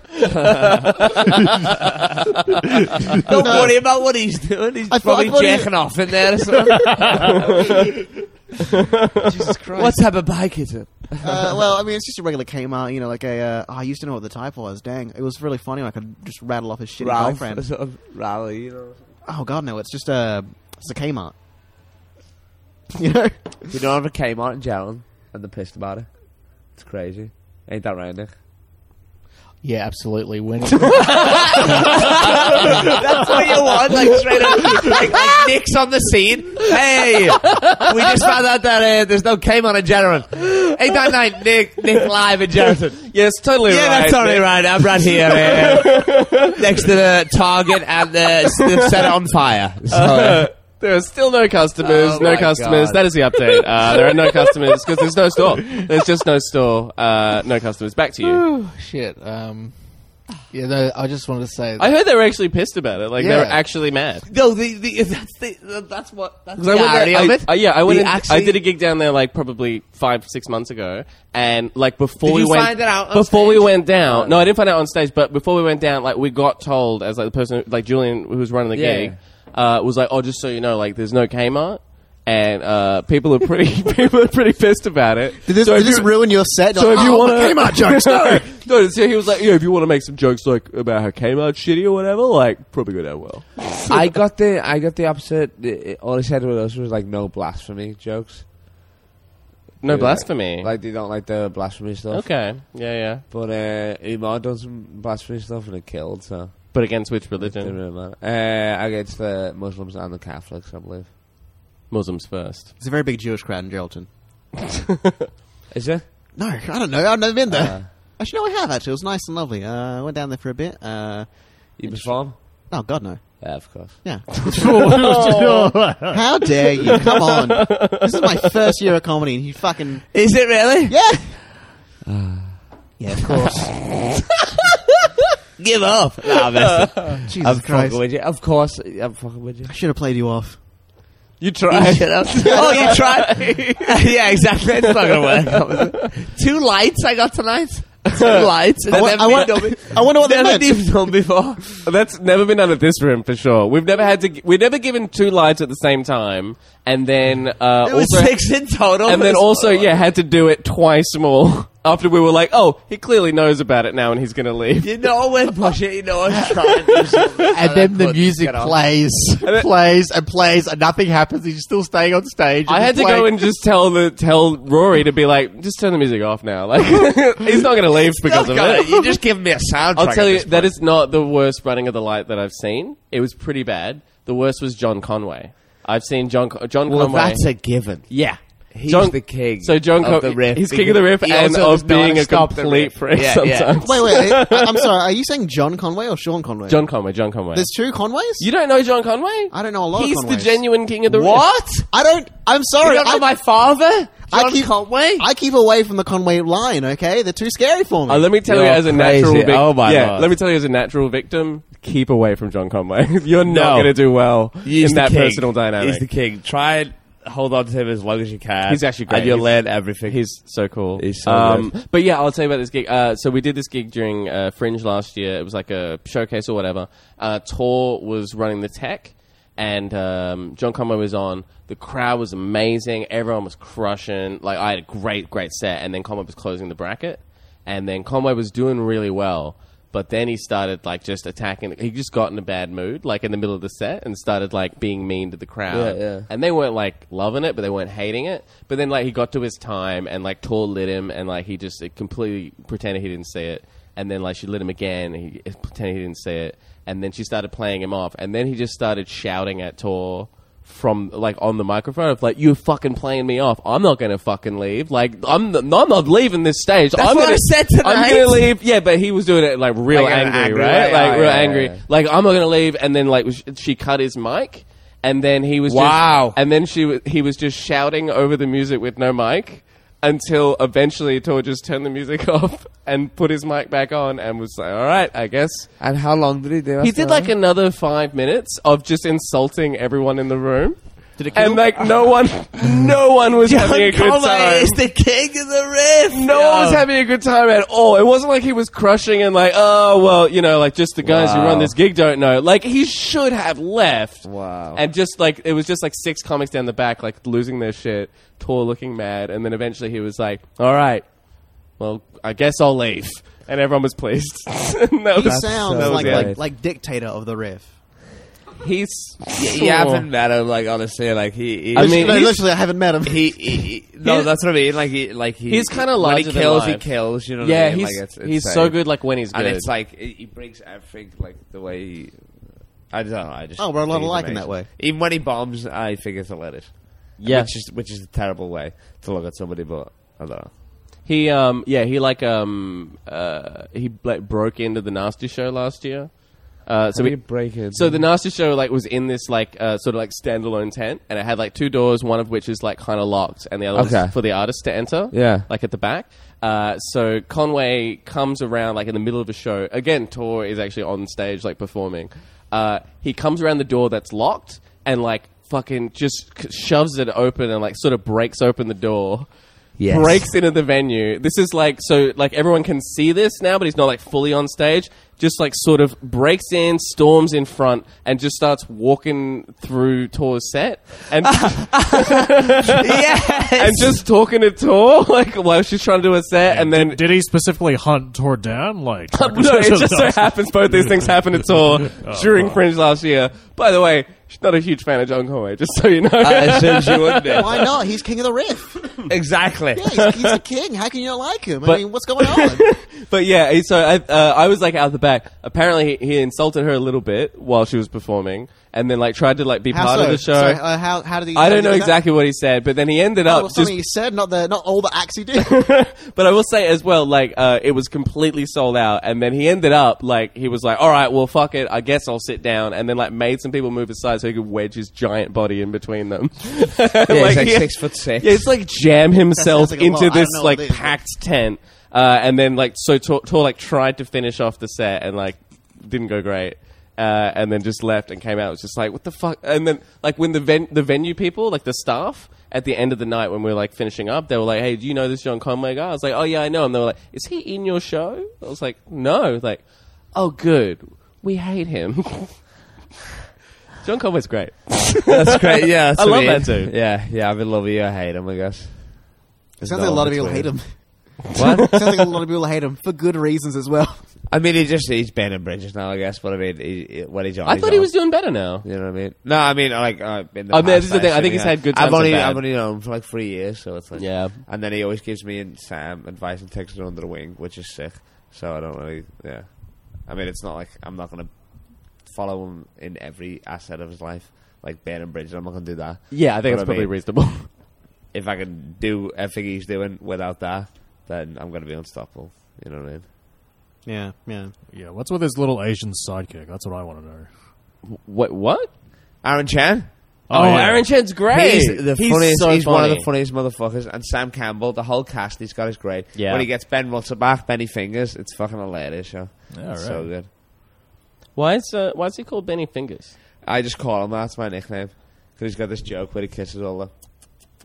[SPEAKER 6] Don't
[SPEAKER 7] No.
[SPEAKER 6] worry about what he's doing. He's
[SPEAKER 7] I thought- I
[SPEAKER 6] probably
[SPEAKER 7] thought he-
[SPEAKER 6] jacking off in there. Or something.
[SPEAKER 7] Jesus Christ.
[SPEAKER 6] what type of bike is it?
[SPEAKER 7] uh, well, I mean, it's just a regular Kmart, you know, like a. Uh, oh, I used to know what the type was. Dang, it was really funny. when I could just rattle off his shitty
[SPEAKER 6] Ralph, a
[SPEAKER 7] boyfriend.
[SPEAKER 6] sort of rally, you know.
[SPEAKER 7] Oh God, no! It's just a. It's a Kmart. You know,
[SPEAKER 6] We don't have a Kmart in Jalen, and they're pissed about it. It's crazy. Ain't that right, Nick?
[SPEAKER 1] Yeah, absolutely. When
[SPEAKER 6] That's what you want, like straight up, like, like Nick's on the scene. Hey, we just found out that uh, there's no Kmart in Jalen. Ain't that night, Nick? Nick live in Jalen.
[SPEAKER 3] Yes, totally
[SPEAKER 6] Yeah,
[SPEAKER 3] right.
[SPEAKER 6] that's totally right. I'm right here, uh, next to the target, and uh, they've set it on fire. So,
[SPEAKER 3] Uh, There are still no customers.
[SPEAKER 6] Oh
[SPEAKER 3] no
[SPEAKER 6] my
[SPEAKER 3] customers.
[SPEAKER 6] God.
[SPEAKER 3] That is the update. Uh, there are no customers because there's no store. There's just no store. Uh, no customers. Back to you.
[SPEAKER 1] shit. Um, yeah, no, I just wanted to say.
[SPEAKER 3] I heard they were actually pissed about it. Like they
[SPEAKER 1] Yeah.
[SPEAKER 3] were actually mad.
[SPEAKER 6] no, the, the, that's the, that's what that's
[SPEAKER 3] 'Cause
[SPEAKER 6] the
[SPEAKER 3] I went there-
[SPEAKER 6] irony
[SPEAKER 3] I-
[SPEAKER 6] of it.
[SPEAKER 3] I- yeah, I went.
[SPEAKER 6] The
[SPEAKER 3] and- I
[SPEAKER 6] actually-
[SPEAKER 3] did a gig down there like probably five, six months ago, and like before
[SPEAKER 6] Did
[SPEAKER 3] we
[SPEAKER 6] you
[SPEAKER 3] went,
[SPEAKER 6] find it out on
[SPEAKER 3] before we
[SPEAKER 6] stage?
[SPEAKER 3] went down. No, I didn't find out on stage, but before we went down, like we got told as like the person, who- like Julian, who was running the
[SPEAKER 6] Yeah.
[SPEAKER 3] gig, uh, was like, "Oh, just so you know, like there's no Kmart." And uh, people are pretty people are pretty pissed about it.
[SPEAKER 7] did this,
[SPEAKER 3] So if
[SPEAKER 7] did this
[SPEAKER 3] you-
[SPEAKER 7] ruin your set?
[SPEAKER 3] so
[SPEAKER 7] Like,
[SPEAKER 3] if you
[SPEAKER 7] oh,
[SPEAKER 3] want to
[SPEAKER 7] Kmart jokes,
[SPEAKER 3] no, no. So he was like, yeah, if you want to make some jokes like about how Kmart's shitty or whatever, like probably go down well.
[SPEAKER 6] I got the I got the opposite. The- All he said to us was like no blasphemy jokes.
[SPEAKER 3] No
[SPEAKER 6] Yeah.
[SPEAKER 3] blasphemy.
[SPEAKER 6] Like they don't like the blasphemy stuff.
[SPEAKER 3] okay, yeah, yeah.
[SPEAKER 6] But uh, Umar done some blasphemy stuff and it killed. So
[SPEAKER 3] But against which
[SPEAKER 6] didn't
[SPEAKER 3] religion?
[SPEAKER 6] really matter. Uh, against the Muslims and the Catholics, I believe.
[SPEAKER 3] Muslims first.
[SPEAKER 7] It's a very big Jewish crowd in Geraldton.
[SPEAKER 6] Is it?
[SPEAKER 7] No, I don't know. I've never been there.
[SPEAKER 6] Uh.
[SPEAKER 7] actually, no, I have. Actually, it was nice and lovely. Uh, I went down there for a bit. Uh,
[SPEAKER 6] You perform?
[SPEAKER 7] oh God, no.
[SPEAKER 6] Yeah, of course.
[SPEAKER 7] Yeah.
[SPEAKER 4] Oh.
[SPEAKER 7] How dare you? Come on. This is my first year of comedy, and you fucking
[SPEAKER 6] Is it really?
[SPEAKER 7] yeah. yeah, of course.
[SPEAKER 6] Give up. Nah, I'm messing.
[SPEAKER 7] Jesus
[SPEAKER 6] I'm
[SPEAKER 7] Christ.
[SPEAKER 6] fucking with you. Of course, I'm fucking with you.
[SPEAKER 7] I should have played you off.
[SPEAKER 3] You tried.
[SPEAKER 6] oh, you tried? yeah, exactly. It's not gonna work. Two lights I got tonight. Two lights.
[SPEAKER 7] I, wa- I, wa- I wonder what that
[SPEAKER 6] Never
[SPEAKER 7] meant.
[SPEAKER 6] been done before.
[SPEAKER 3] That's never been done at this room for sure. We've never had to. gi- We've never given two lights at the same time, and then uh,
[SPEAKER 6] It was
[SPEAKER 3] also,
[SPEAKER 6] six in total.
[SPEAKER 3] and then
[SPEAKER 6] It's-
[SPEAKER 3] also, yeah, had to do it twice more. After we were like, oh, he clearly knows about it now, and he's going to leave.
[SPEAKER 6] You know when push it, you know I'm trying to do something.
[SPEAKER 1] and then the
[SPEAKER 6] couldn't
[SPEAKER 1] music
[SPEAKER 6] get on.
[SPEAKER 1] plays,
[SPEAKER 3] then-
[SPEAKER 1] plays, and plays, and nothing happens. He's still staying on stage.
[SPEAKER 3] I had to go and just tell the tell Rory to be like, just turn the music off now. Like, he's not going to leave because of
[SPEAKER 6] God,
[SPEAKER 3] it.
[SPEAKER 6] Uh, you just give me a soundtrack.
[SPEAKER 3] I'll tell
[SPEAKER 6] at
[SPEAKER 3] you,
[SPEAKER 6] this
[SPEAKER 3] that
[SPEAKER 6] point.
[SPEAKER 3] is not the worst running of the light that I've seen. It was pretty bad. The worst was John Conway. I've seen John Con- John
[SPEAKER 6] Well,
[SPEAKER 3] Conway.
[SPEAKER 6] Oh, that's a given.
[SPEAKER 3] yeah.
[SPEAKER 6] He's
[SPEAKER 3] John-
[SPEAKER 6] the king.
[SPEAKER 3] So John
[SPEAKER 6] of
[SPEAKER 3] Co-
[SPEAKER 6] the riff.
[SPEAKER 3] he's king of the riff
[SPEAKER 6] He
[SPEAKER 3] and
[SPEAKER 6] also
[SPEAKER 3] of
[SPEAKER 6] does not
[SPEAKER 3] being a
[SPEAKER 6] stop the
[SPEAKER 3] complete
[SPEAKER 6] riff.
[SPEAKER 3] prick
[SPEAKER 6] Yeah, yeah.
[SPEAKER 3] sometimes.
[SPEAKER 7] Wait, wait. I, I'm sorry. Are you saying John Conway or Sean Conway?
[SPEAKER 3] John Conway, John Conway.
[SPEAKER 7] There's two Conways.
[SPEAKER 3] you don't know John Conway?
[SPEAKER 7] I don't know a lot of
[SPEAKER 3] He's the
[SPEAKER 7] Conways.
[SPEAKER 3] genuine king of the riff.
[SPEAKER 6] What?
[SPEAKER 7] I don't. I'm
[SPEAKER 6] You
[SPEAKER 7] sorry.
[SPEAKER 6] don't know
[SPEAKER 7] I,
[SPEAKER 6] my father?
[SPEAKER 7] I
[SPEAKER 6] John
[SPEAKER 7] keep-
[SPEAKER 6] Conway?
[SPEAKER 7] I keep away from the Conway line. Okay, they're too scary for me.
[SPEAKER 3] Uh, let me tell you
[SPEAKER 6] You're
[SPEAKER 3] as a
[SPEAKER 6] crazy.
[SPEAKER 3] natural victim.
[SPEAKER 6] Oh, my
[SPEAKER 3] yeah,
[SPEAKER 6] Lord.
[SPEAKER 3] let me tell you as a natural victim, keep away from John Conway. You're not
[SPEAKER 6] No.
[SPEAKER 3] going to do well
[SPEAKER 6] He's
[SPEAKER 3] in
[SPEAKER 6] the
[SPEAKER 3] that
[SPEAKER 6] king.
[SPEAKER 3] personal dynamic.
[SPEAKER 6] He's the king. Try and hold on to him as long as you can.
[SPEAKER 3] He's actually great.
[SPEAKER 6] And you'll
[SPEAKER 3] He's-
[SPEAKER 6] learn everything.
[SPEAKER 3] He's so cool. Um,
[SPEAKER 6] He's so good.
[SPEAKER 3] But yeah, I'll tell you about this gig. Uh, so we did this gig during uh, Fringe last year. It was like a showcase or whatever. Uh, Tor was running the tech, and um, John Conway was on. The crowd was amazing. Everyone was crushing. Like I had a great, great set. And then Conway was closing the bracket, and then Conway was doing really well. But then he started like just attacking. He just got in a bad mood, like in the middle of the set, and started like being mean to the crowd.
[SPEAKER 6] Yeah, yeah.
[SPEAKER 3] And they weren't like loving it, but they weren't hating it. But then like he got to his time, and like Tor lit him, and like he just like, completely pretended he didn't see it. And then like she lit him again, and he pretended he didn't see it. And then she started playing him off, and then he just started shouting at Tor from like on the microphone of like you're fucking playing me off. I'm not gonna fucking leave. Like I'm I'm not leaving this stage. I'm
[SPEAKER 6] what
[SPEAKER 3] gonna
[SPEAKER 6] I said
[SPEAKER 3] I'm
[SPEAKER 6] tonight.
[SPEAKER 3] gonna leave. Yeah, but he was doing it like real
[SPEAKER 6] Like, uh,
[SPEAKER 3] angry,
[SPEAKER 6] angry,
[SPEAKER 3] right?
[SPEAKER 6] right?
[SPEAKER 3] Like
[SPEAKER 6] Oh,
[SPEAKER 3] real
[SPEAKER 6] yeah,
[SPEAKER 3] angry.
[SPEAKER 6] yeah, yeah.
[SPEAKER 3] Like I'm not gonna leave. And then like sh- she cut his mic, and then he was
[SPEAKER 6] Wow.
[SPEAKER 3] Just, and then she wa- he was just shouting over the music with no mic until eventually Tor just turned the music off and put his mic back on and was like, "All right, I guess."
[SPEAKER 6] and how long did he do?
[SPEAKER 3] He did like another five minutes of just insulting everyone in the room.
[SPEAKER 7] Did it kill?
[SPEAKER 3] and like no one, no one was having a good time.
[SPEAKER 7] the king of the riff.
[SPEAKER 3] No one was having a good time at all. It wasn't like he was crushing and like, oh well, you know, like just the guys who
[SPEAKER 6] Wow.
[SPEAKER 3] run this gig don't know. Like he should have left.
[SPEAKER 6] Wow.
[SPEAKER 3] And just like it was just like six comics down the back, like losing their shit, Tor looking mad, and then eventually he was like, All right, well, I guess I'll leave. And everyone was pleased. And that
[SPEAKER 7] He
[SPEAKER 3] was-
[SPEAKER 7] sounds
[SPEAKER 3] that was
[SPEAKER 7] like,
[SPEAKER 3] it.
[SPEAKER 7] like like dictator of the riff.
[SPEAKER 3] he's
[SPEAKER 6] you haven't met him, like honestly, like he. he
[SPEAKER 3] I mean,
[SPEAKER 7] no,
[SPEAKER 3] he's-
[SPEAKER 7] literally, I haven't met him.
[SPEAKER 6] he, he, he- no,
[SPEAKER 3] He's-
[SPEAKER 6] that's what I mean. Like he, like he,
[SPEAKER 3] He's kinda
[SPEAKER 6] when
[SPEAKER 3] larger
[SPEAKER 6] he
[SPEAKER 3] than
[SPEAKER 6] kills, he
[SPEAKER 3] life.
[SPEAKER 6] kills. You know, what I
[SPEAKER 3] yeah,
[SPEAKER 6] mean?
[SPEAKER 3] he's
[SPEAKER 6] like, it's, it's
[SPEAKER 3] he's so
[SPEAKER 6] insane.
[SPEAKER 3] good like when he's good.
[SPEAKER 6] and it's like it, he brings everything like the way. He, I don't know. I just
[SPEAKER 7] Oh, we're a lot
[SPEAKER 6] think he's
[SPEAKER 7] alike in
[SPEAKER 6] amazing.
[SPEAKER 7] that way.
[SPEAKER 6] Even when he bombs, I think it's a lettuce.
[SPEAKER 3] yeah.
[SPEAKER 6] which is which is a terrible way to look at somebody, but I don't know.
[SPEAKER 3] He um yeah he like um uh he like broke into the nasty show last year. Uh, so
[SPEAKER 6] How do
[SPEAKER 3] we
[SPEAKER 6] you break in?
[SPEAKER 3] So the nasty show like was in this like uh, sort of like standalone tent, and it had like two doors, one of which is like kind of locked, and the other
[SPEAKER 6] Okay.
[SPEAKER 3] was for the artist to enter.
[SPEAKER 6] Yeah.
[SPEAKER 3] like at the back. Uh, so Conway comes around like in the middle of a show. Again, Tor is actually on stage like performing. Uh, he comes around the door that's locked and like fucking just c- shoves it open and like sort of breaks open the door
[SPEAKER 6] Yes.
[SPEAKER 3] breaks into the venue. This is like so like everyone can see this now, but he's not like fully on stage. Just like sort of breaks in, storms in front, and just starts walking through Tor's set and and just talking to Tor like while she's trying to do a set, and then.
[SPEAKER 4] Did he specifically hunt Tor down? Like,
[SPEAKER 3] no, it just so happens both these things happened at Tor
[SPEAKER 7] Oh,
[SPEAKER 3] during Fringe last year. By the way, she's not a huge fan of John Conway, just so you
[SPEAKER 7] Uh,
[SPEAKER 3] know.
[SPEAKER 6] I assumed you wouldn't.
[SPEAKER 7] Why not? He's king of the riff.
[SPEAKER 6] exactly.
[SPEAKER 7] Yeah, he's, he's a king. How can you not like him?
[SPEAKER 3] But-
[SPEAKER 7] I mean, what's going on?
[SPEAKER 3] but yeah, he- so I, uh, I was like out the back. Apparently, he, he insulted her a little bit while she was performing, and then like tried to like be part
[SPEAKER 7] so?
[SPEAKER 3] of the show.
[SPEAKER 7] Sorry, uh, how how did he?
[SPEAKER 3] I
[SPEAKER 7] how
[SPEAKER 3] don't
[SPEAKER 7] did
[SPEAKER 3] know
[SPEAKER 7] he do that?
[SPEAKER 3] exactly what he said, but then he ended
[SPEAKER 7] Oh,
[SPEAKER 3] up
[SPEAKER 7] well,
[SPEAKER 3] just.
[SPEAKER 7] something he said, not the not all the acts he did.
[SPEAKER 3] but I will say as well, like uh, it was completely sold out, and then he ended up like he was like, "All right, well, fuck it, I guess I'll sit down," and then like made some people move aside so he could wedge his giant body in between them.
[SPEAKER 6] Yeah,
[SPEAKER 3] Like,
[SPEAKER 6] he's like
[SPEAKER 3] he-
[SPEAKER 6] six foot six.
[SPEAKER 3] Yeah, it's like jam himself
[SPEAKER 7] like a lot. I
[SPEAKER 3] into
[SPEAKER 7] don't
[SPEAKER 3] this
[SPEAKER 7] know what
[SPEAKER 3] like
[SPEAKER 7] it is, but-
[SPEAKER 3] packed tent, uh, and then like so Tor, Tor like tried to finish off the set and like didn't go great. Uh, and then just left and came out. It was just like, what the fuck? And then, like, when the ven- the venue people, like the staff, at the end of the night when we were like finishing up, they were like, "Hey, do you know this John Conway guy?" I was like, "Oh yeah, I know him." They were like, "Is he in your show?" I was like, "No." Like, "Oh, good. We hate him." John Conway's great.
[SPEAKER 6] That's great. Yeah, that's
[SPEAKER 3] I
[SPEAKER 6] what
[SPEAKER 3] love
[SPEAKER 6] he is.
[SPEAKER 3] that too.
[SPEAKER 6] Yeah, yeah. I've been loving you. I hate him. I guess.
[SPEAKER 7] Sounds like a lot of people hate him.
[SPEAKER 6] What?
[SPEAKER 7] Sounds like a lot of people hate him for good reasons as well.
[SPEAKER 6] I mean, he just he's burning bridges now. I guess. But I mean, he, he, when he's on,
[SPEAKER 3] I
[SPEAKER 6] he's
[SPEAKER 3] thought he
[SPEAKER 6] on.
[SPEAKER 3] was doing better now.
[SPEAKER 6] You know what I mean? No, I mean like uh, in the
[SPEAKER 3] I mean,
[SPEAKER 6] past,
[SPEAKER 3] this is the thing, I
[SPEAKER 6] assume
[SPEAKER 3] think
[SPEAKER 6] he
[SPEAKER 3] he's
[SPEAKER 6] has.
[SPEAKER 3] had good
[SPEAKER 6] I've
[SPEAKER 3] times and
[SPEAKER 6] only
[SPEAKER 3] bad.
[SPEAKER 6] I've only known him for like three years, so it's like
[SPEAKER 3] Yeah.
[SPEAKER 6] And then he always gives me and Sam advice and takes it under the wing, which is sick. So I don't really yeah. I mean, it's not like I'm not gonna follow him in every aspect of his life, like burning bridges. I'm not gonna do that.
[SPEAKER 3] Yeah, I think it's
[SPEAKER 6] But I
[SPEAKER 3] probably
[SPEAKER 6] mean-
[SPEAKER 3] reasonable.
[SPEAKER 6] If I can do everything he's doing without that, then I'm gonna be unstoppable. You know what I mean?
[SPEAKER 7] Yeah, yeah.
[SPEAKER 4] Yeah, what's with his little Asian sidekick? That's what I want to know.
[SPEAKER 3] what? What?
[SPEAKER 6] Aaron Chan.
[SPEAKER 3] Oh,
[SPEAKER 4] yeah.
[SPEAKER 3] Aaron Chen's great.
[SPEAKER 6] He's the
[SPEAKER 3] He's
[SPEAKER 6] funniest.
[SPEAKER 3] so
[SPEAKER 6] he's one of
[SPEAKER 3] funny.
[SPEAKER 6] the funniest motherfuckers. And Sam Campbell, the whole cast he's got is great.
[SPEAKER 3] Yeah.
[SPEAKER 6] When he gets Ben Rutter back, Benny Fingers, it's fucking hilarious. Yo.
[SPEAKER 4] Yeah,
[SPEAKER 6] It's
[SPEAKER 4] right.
[SPEAKER 6] So good.
[SPEAKER 3] Why is uh, why is he called Benny Fingers?
[SPEAKER 6] I just call him that. That's my nickname. Because he's got this joke where he kisses all the,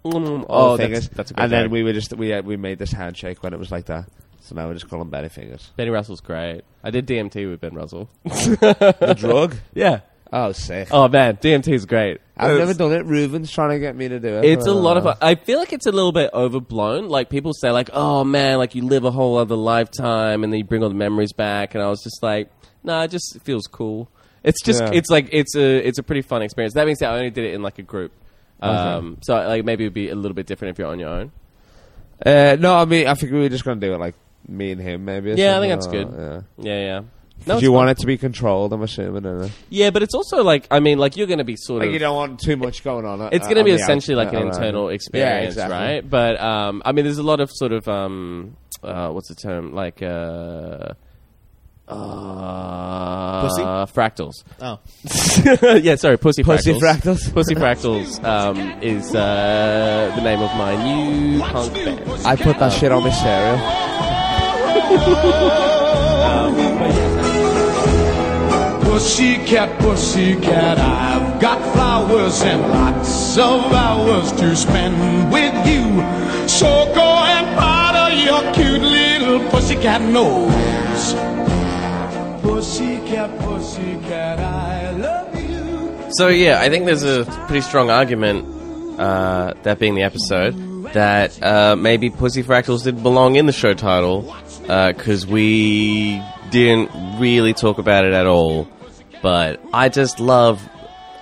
[SPEAKER 3] Mm,
[SPEAKER 6] all
[SPEAKER 3] oh,
[SPEAKER 6] the
[SPEAKER 3] that's,
[SPEAKER 6] fingers.
[SPEAKER 3] that's a good
[SPEAKER 6] and then
[SPEAKER 3] joke.
[SPEAKER 6] we were just we uh, we made this handshake when it was like that. So now we just call him Benny Fingers.
[SPEAKER 3] Benny Russell's great. I did DMT with Ben Russell.
[SPEAKER 6] The drug?
[SPEAKER 3] yeah.
[SPEAKER 6] Oh, sick.
[SPEAKER 3] Oh man, DMT's great.
[SPEAKER 6] I've
[SPEAKER 3] It's-
[SPEAKER 6] never done it. Reuben's trying to get me to do it.
[SPEAKER 3] It's a lot of. I feel like it's a little bit overblown. Like people say, like, "Oh man, like you live a whole other lifetime, and then you bring all the memories back." And I was just like, "Nah, it just feels cool." It's just,
[SPEAKER 6] Yeah.
[SPEAKER 3] it's like, it's a, it's a pretty fun experience. That being said, I only did it in like a group, um, so like maybe it'd be a little bit different if you're on your own.
[SPEAKER 6] Uh, no, I mean, I think we were just going to do it like me and him, maybe. or
[SPEAKER 3] Yeah, I think
[SPEAKER 6] something.
[SPEAKER 3] that's
[SPEAKER 6] Oh,
[SPEAKER 3] good.
[SPEAKER 6] Yeah.
[SPEAKER 3] Yeah, yeah.
[SPEAKER 6] Do
[SPEAKER 3] No,
[SPEAKER 6] you want it to be controlled? I'm assuming. innit?
[SPEAKER 3] Yeah, but it's also like, I mean, like you're going to be sort
[SPEAKER 6] Like
[SPEAKER 3] of.
[SPEAKER 6] you don't want too much going on.
[SPEAKER 3] it's going to be essentially like an internal experience, right? But um, I mean, there's a lot of sort of um, uh, what's the term like uh, uh,
[SPEAKER 7] Pussy?
[SPEAKER 3] fractals.
[SPEAKER 7] Oh,
[SPEAKER 3] yeah, sorry, pussy
[SPEAKER 6] Pussy fractals.
[SPEAKER 3] Pussy fractals um, is uh, the name of my new punk band.
[SPEAKER 6] I put that shit on my cereal.
[SPEAKER 2] Pussy
[SPEAKER 5] Pussycat, pussycat, I've got flowers and lots of hours to spend with you. So go and powder your cute little pussycat nose. Pussycat, pussycat, I love you.
[SPEAKER 3] So yeah, I think there's a pretty strong argument, uh, that being the episode, that uh, maybe Pussy Fractals did belong in the show title because we didn't really talk about it at all. But I just love.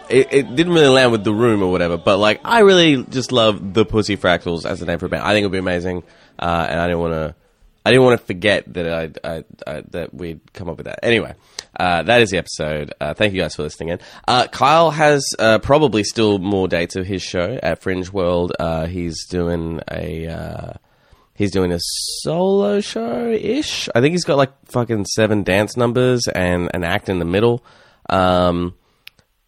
[SPEAKER 3] It, it didn't really land with the room or whatever, but like I really just love the Pussy Fractals as a name for a band. I think it would be amazing, uh, and I didn't want to. I didn't want to forget that I, I, I that we'd come up with that. Anyway, uh, that is the episode. Uh, thank you guys for listening in. Uh, Kyle has uh, probably still more dates of his show at Fringe World. Uh, he's doing a uh, he's doing a solo show ish. I think he's got like fucking seven dance numbers and an act in the middle. Um,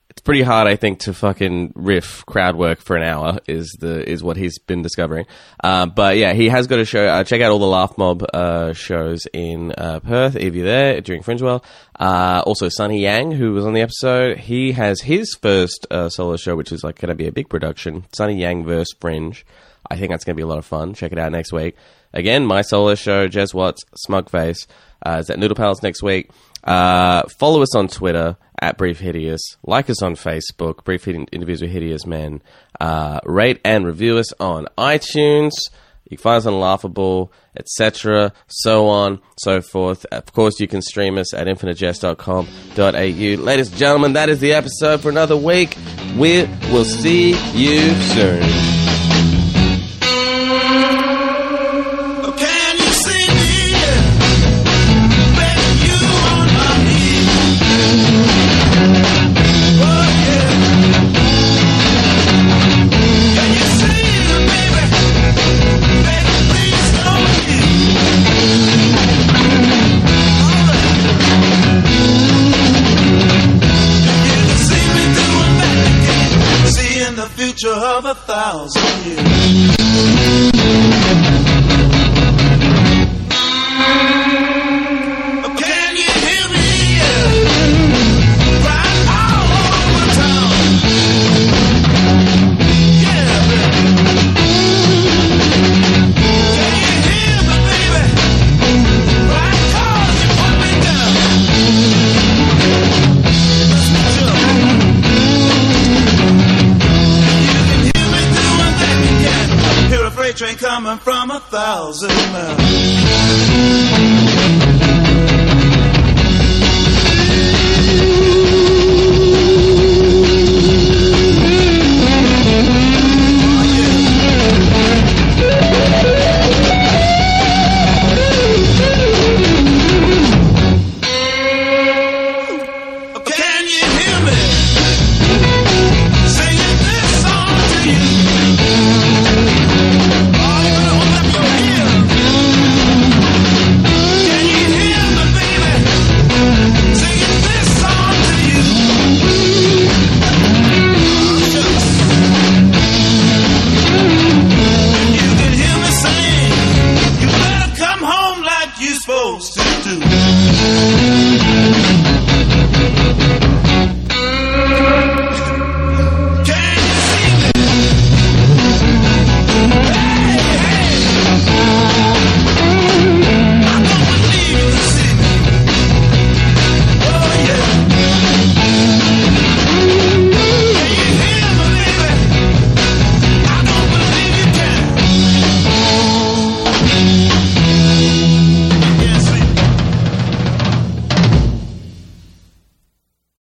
[SPEAKER 3] it's pretty hard, I think, to fucking riff crowd work for an hour is the is what he's been discovering. Uh, but yeah, he has got a show. Uh, check out all the Laugh Mob uh, shows in uh, Perth if you're there during Fringewell. Uh, also, Sunny Yang, who was on the episode, he has his first uh, solo show, which is like going to be a big production. Sunny Yang versus Fringe. I think that's going to be a lot of fun. Check it out next week. Again, my solo show, Jez Watts, Smugface, uh, is at Noodle Palace next week. Uh, follow us on Twitter at Brief Hideous. Like us on Facebook, Brief Hide- Interviews with Hideous Men. Uh, rate and review us on iTunes. You can find us on Laughable, etc., so on, so forth. Of course, you can stream us at infinitejazz.com.au. Ladies and gentlemen, that is the episode for another week. We will see you soon.
[SPEAKER 5] Can you see me? Bet you on my knee. Oh yeah. Can you see it, baby? Baby, please come with me. Can you see me doing that again? Seeing the future of a thousand years. Can you hear me? Yeah. Right all over town. Yeah, baby. Can you hear me, baby? Right cause you put me down. Let's be You can hear me doing that again. Hear a freight train coming from a thousand miles. Oh,